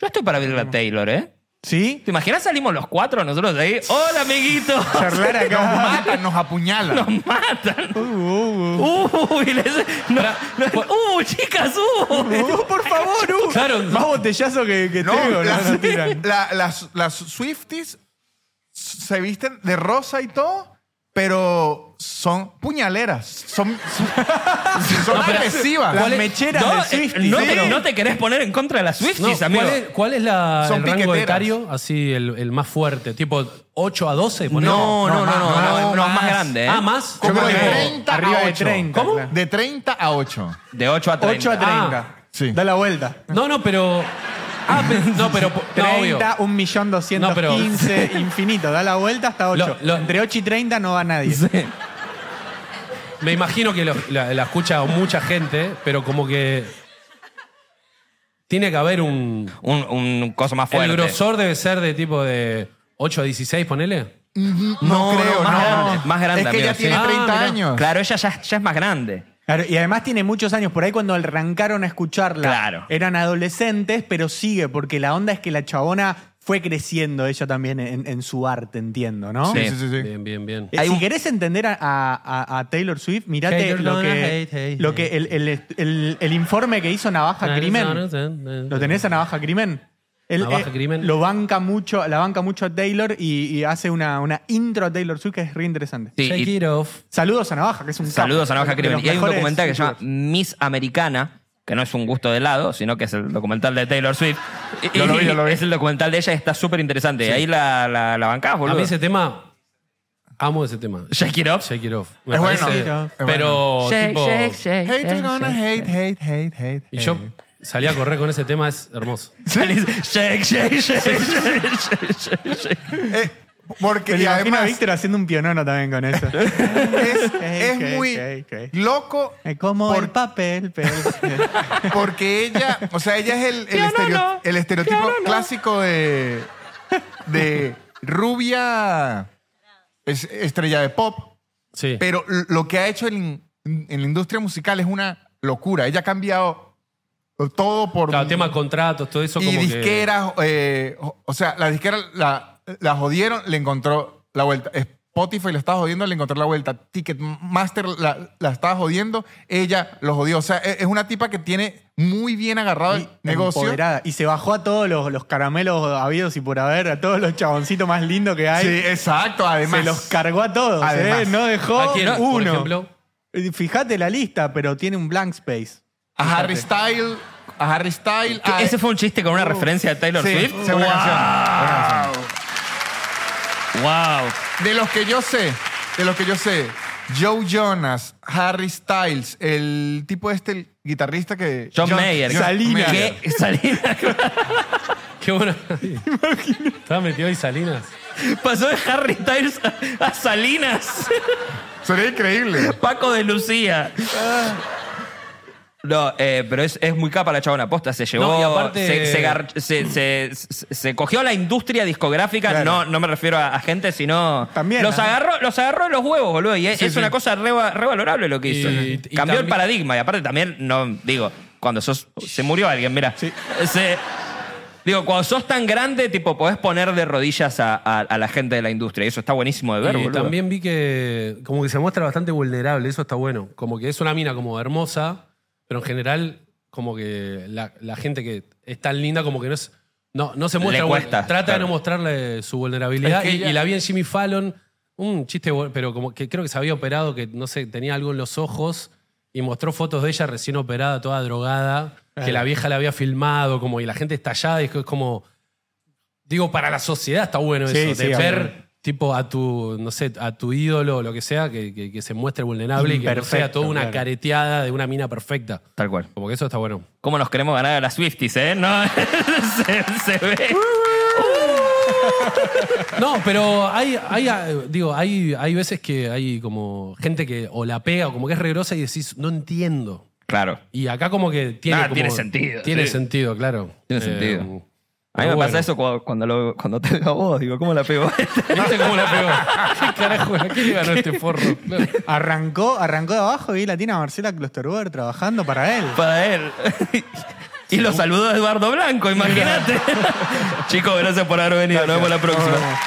[SPEAKER 1] Yo estoy para verla a Taylor, ¿eh?
[SPEAKER 2] ¿Sí?
[SPEAKER 1] ¿Te imaginas salimos los cuatro nosotros de ahí? ¡Hola, amiguito!
[SPEAKER 4] Charlar Nos matan, nos apuñalan.
[SPEAKER 1] ¡Nos matan!
[SPEAKER 2] Uh, uh, uh.
[SPEAKER 1] ¡Uy! les- no, no- ¡Uh, chicas! ¡Uh!
[SPEAKER 2] Uh, por favor, uh.
[SPEAKER 3] Eh, Claro.
[SPEAKER 2] Más botellazo que, que
[SPEAKER 4] No,
[SPEAKER 2] Tego,
[SPEAKER 4] las,
[SPEAKER 2] no, no tiran.
[SPEAKER 4] la- las, las Swifties se visten de rosa y todo, pero son puñaleras. Son, son- son agresivas.
[SPEAKER 2] Las
[SPEAKER 3] ¿Cuál es-
[SPEAKER 2] mecheras
[SPEAKER 1] No,
[SPEAKER 2] de
[SPEAKER 1] eh,
[SPEAKER 2] Swifties.
[SPEAKER 1] no,
[SPEAKER 2] Sí.
[SPEAKER 1] te, no te querés poner en contra de las
[SPEAKER 3] No,
[SPEAKER 1] Swifties, amigo.
[SPEAKER 3] ¿cuál, es, cuál es la,
[SPEAKER 4] Son
[SPEAKER 3] el rango
[SPEAKER 4] piqueteras.
[SPEAKER 3] etario así, el, el más fuerte? ¿Tipo 8 a 12? ponele?
[SPEAKER 1] No, no, no, no, no,
[SPEAKER 4] no,
[SPEAKER 1] no, es más
[SPEAKER 4] más.
[SPEAKER 1] grande, ¿eh?
[SPEAKER 3] Ah, más.
[SPEAKER 4] Como
[SPEAKER 2] Yo
[SPEAKER 4] de
[SPEAKER 2] creo que
[SPEAKER 4] 30
[SPEAKER 2] arriba
[SPEAKER 4] a
[SPEAKER 2] de
[SPEAKER 4] 8.
[SPEAKER 2] 30,
[SPEAKER 4] ¿Cómo?
[SPEAKER 2] claro.
[SPEAKER 4] De 30 a 8.
[SPEAKER 1] De 8 a 30.
[SPEAKER 2] 8 a 30.
[SPEAKER 4] sí.
[SPEAKER 2] Da la vuelta.
[SPEAKER 3] No, no, pero. Ah, pe- no, pero. po- No, obvio.
[SPEAKER 2] 30, 1.215.000,
[SPEAKER 3] No, pero-
[SPEAKER 2] infinito. Da la vuelta hasta 8.
[SPEAKER 3] Lo- lo-
[SPEAKER 2] Entre 8 y 30 no va nadie.
[SPEAKER 3] Me imagino que lo- la, la escucha mucha gente, pero como que. Tiene que haber un.
[SPEAKER 1] Un, un coso más fuerte.
[SPEAKER 3] El grosor debe ser de tipo de 8 a 16, ponele.
[SPEAKER 4] No,
[SPEAKER 1] no,
[SPEAKER 4] creo,
[SPEAKER 1] más
[SPEAKER 4] no.
[SPEAKER 1] grande, más grande,
[SPEAKER 4] Es que
[SPEAKER 1] amigo,
[SPEAKER 4] ella
[SPEAKER 1] sí.
[SPEAKER 4] tiene
[SPEAKER 3] Ah,
[SPEAKER 4] 30
[SPEAKER 3] mirá.
[SPEAKER 4] años.
[SPEAKER 1] Claro, ella ya, ya es más grande.
[SPEAKER 2] Claro, y además tiene muchos años. Por ahí cuando arrancaron a escucharla
[SPEAKER 1] Claro.
[SPEAKER 2] eran adolescentes, pero sigue, porque la onda es que la chabona fue creciendo ella también en, en su arte, entiendo, ¿no?
[SPEAKER 1] Sí.
[SPEAKER 4] Sí, sí, sí, sí.
[SPEAKER 3] Bien, bien, bien.
[SPEAKER 2] Eh,
[SPEAKER 1] Hay
[SPEAKER 2] si
[SPEAKER 1] un-
[SPEAKER 2] querés entender a, a- a Taylor Swift, mirate
[SPEAKER 3] Taylor
[SPEAKER 2] lo que,
[SPEAKER 3] gonna hate, hate,
[SPEAKER 2] lo que el, el- el- el informe que hizo Navaja Crimen. ¿Lo tenés a Navaja Crimen? Él,
[SPEAKER 3] Navaja
[SPEAKER 2] eh,
[SPEAKER 3] Crimen.
[SPEAKER 2] Lo banca mucho, la banca mucho a Taylor y, y hace una, una intro a Taylor Swift que es re interesante.
[SPEAKER 1] Sí,
[SPEAKER 3] Shake
[SPEAKER 1] y-
[SPEAKER 3] it off.
[SPEAKER 2] Saludos a Navaja, que es un capo.
[SPEAKER 1] Saludos a Navaja
[SPEAKER 2] De
[SPEAKER 1] Crimen.
[SPEAKER 2] los
[SPEAKER 1] Y hay un
[SPEAKER 2] mejores
[SPEAKER 1] documental que se llama
[SPEAKER 2] youtubers.
[SPEAKER 1] Miss Americana, que no es un gusto de helado, sino que es el documental de Taylor Swift. Y-
[SPEAKER 4] Yo lo vi, yo lo vi.
[SPEAKER 1] Es el documental de ella y está súper interesante. Ahí la, la, la bancás,
[SPEAKER 3] A
[SPEAKER 1] boludo.
[SPEAKER 3] mí ese tema. Amo ese tema.
[SPEAKER 1] Shake it up.
[SPEAKER 3] Shake it off.
[SPEAKER 4] Es bueno.
[SPEAKER 2] Shake it off.
[SPEAKER 3] Pero.
[SPEAKER 1] Shake,
[SPEAKER 3] tipo,
[SPEAKER 1] shake, shake,
[SPEAKER 4] Hate,
[SPEAKER 1] shake,
[SPEAKER 4] we're gonna
[SPEAKER 1] shake.
[SPEAKER 4] hate, hate, hate, hate.
[SPEAKER 3] Y yo salí a correr con ese tema, es hermoso.
[SPEAKER 1] Salís, Shake, shake, shake, shake, shake, shake, shake.
[SPEAKER 4] Eh, porque
[SPEAKER 2] Me
[SPEAKER 4] y
[SPEAKER 2] lo imagino a
[SPEAKER 4] además
[SPEAKER 2] Víctor haciendo un pionono también con eso.
[SPEAKER 4] es, es
[SPEAKER 2] ok,
[SPEAKER 4] muy
[SPEAKER 2] ok, ok.
[SPEAKER 4] loco
[SPEAKER 2] Eh, Como
[SPEAKER 4] por-
[SPEAKER 2] el papel, pero-
[SPEAKER 4] Porque ella, o sea, ella es el, el
[SPEAKER 1] Piano
[SPEAKER 4] estereo-
[SPEAKER 1] no.
[SPEAKER 4] el estereotipo
[SPEAKER 1] Piano no.
[SPEAKER 4] clásico de, de rubia es- estrella de pop,
[SPEAKER 3] Sí.
[SPEAKER 4] pero lo que ha hecho en, en la industria musical es una locura. Ella ha cambiado todo por...
[SPEAKER 3] Claro, tema contratos, todo eso
[SPEAKER 4] y
[SPEAKER 3] como que.
[SPEAKER 4] disqueras, eh, o o sea, la disquera la, la jodieron, le encontró la vuelta. Es Spotify la estaba jodiendo, le encontró la vuelta. Ticketmaster la, la estaba jodiendo, ella lo jodió. O sea, e- es una tipa que tiene muy bien agarrado el
[SPEAKER 2] Y
[SPEAKER 4] negocio.
[SPEAKER 2] empoderada. Y se bajó a todos los, los caramelos habidos y por haber, a todos los chaboncitos más lindos que hay.
[SPEAKER 4] Sí, exacto, además.
[SPEAKER 2] se los cargó a todos,
[SPEAKER 4] Además.
[SPEAKER 2] ¿eh? No dejó
[SPEAKER 3] ¿A quién, por
[SPEAKER 2] uno.
[SPEAKER 3] ejemplo?
[SPEAKER 2] Eh, Fíjate la lista, pero tiene un blank space.
[SPEAKER 4] a Harry Style, a Harry Style.
[SPEAKER 1] ¿Qué-
[SPEAKER 4] a-
[SPEAKER 1] ¿Ese fue un chiste con una referencia de Taylor
[SPEAKER 4] Sí,
[SPEAKER 1] Swift?
[SPEAKER 4] sí, una canción. Wow.
[SPEAKER 1] ¡Wow!
[SPEAKER 4] De los que yo sé, de los que yo sé, Joe Jonas, Harry Styles, el tipo este, el guitarrista que...
[SPEAKER 1] John Mayer.
[SPEAKER 2] Salinas.
[SPEAKER 4] Mayer.
[SPEAKER 1] ¿Qué? Salinas.
[SPEAKER 3] Qué bueno. Estaba metido ahí Salinas.
[SPEAKER 1] Pasó de Harry Styles a- a Salinas.
[SPEAKER 4] Sería increíble.
[SPEAKER 1] Paco de Lucía. No, eh, pero es, es muy capa la chabona posta. Se llevó.
[SPEAKER 3] No, y aparte-
[SPEAKER 1] se, se gar- se- se- se- se cogió la industria discográfica.
[SPEAKER 2] Claro.
[SPEAKER 1] No, no me refiero a, a gente, sino.
[SPEAKER 2] También,
[SPEAKER 1] Los
[SPEAKER 2] ¿no?
[SPEAKER 1] agarró, los agarró de los huevos, boludo. Y es, es una cosa reva- revalorable lo que hizo.
[SPEAKER 3] Y- y
[SPEAKER 1] Cambió el
[SPEAKER 3] también-
[SPEAKER 1] paradigma. Y aparte también, no, digo, cuando sos. Se murió alguien, mira.
[SPEAKER 2] Sí.
[SPEAKER 1] Se- Digo, cuando sos tan grande, tipo, podés poner de rodillas a, a- a la gente de la industria. Y eso está buenísimo de ver,
[SPEAKER 3] Y
[SPEAKER 1] boludo.
[SPEAKER 3] también vi que como que se muestra bastante vulnerable, eso está bueno. Como que es una mina como hermosa, pero en general como que la, la gente que es tan linda como que no es- no, no se muestra.
[SPEAKER 1] Le
[SPEAKER 3] vul-
[SPEAKER 1] cuesta,
[SPEAKER 3] trata de
[SPEAKER 1] claro.
[SPEAKER 3] no mostrarle su vulnerabilidad.
[SPEAKER 4] Es que
[SPEAKER 3] y,
[SPEAKER 4] ella-
[SPEAKER 3] y la vi en Jimmy Fallon, un chiste, bu- pero como que creo que se había operado, que no sé, tenía algo en los ojos y mostró fotos de ella recién operada, toda drogada, que la vieja la había filmado, como y la gente estallada y es como... Digo, para la sociedad está bueno
[SPEAKER 2] Sí,
[SPEAKER 3] eso,
[SPEAKER 2] sí,
[SPEAKER 3] de ver
[SPEAKER 2] obviamente.
[SPEAKER 3] tipo a tu, no sé, a tu ídolo o lo que sea, que, que- que se muestre vulnerable y que no sea
[SPEAKER 2] Imperfecto,
[SPEAKER 3] toda una
[SPEAKER 2] claro.
[SPEAKER 3] careteada de una mina perfecta.
[SPEAKER 1] Tal cual.
[SPEAKER 3] Como que eso está bueno.
[SPEAKER 1] cómo nos queremos ganar a las Swifties, ¿eh? No, se, se ve.
[SPEAKER 3] No, pero hay, hay eh, digo, hay, hay veces que hay como gente que o la pega o como que es regrosa y decís, no entiendo.
[SPEAKER 1] Claro.
[SPEAKER 3] Y acá como que tiene.
[SPEAKER 1] Nada,
[SPEAKER 3] como-
[SPEAKER 1] tiene sentido,
[SPEAKER 3] Tiene
[SPEAKER 1] sí.
[SPEAKER 3] sentido, claro.
[SPEAKER 1] Tiene sentido. A mí me
[SPEAKER 3] Eh, uh. pero bueno.
[SPEAKER 1] pasa eso cuando, cuando, lo, cuando te veo a vos, digo, ¿cómo la pego?
[SPEAKER 3] No sé cómo la pegó. ¿Qué carajo? ¿A qué le ganó este forro? Claro.
[SPEAKER 2] Arrancó, arrancó de abajo y la tiene a Marcela Klosterboer trabajando para él.
[SPEAKER 1] Para él. Y lo saludó Eduardo Blanco, imagínate. Chicos, gracias por haber venido. Nos vemos la próxima.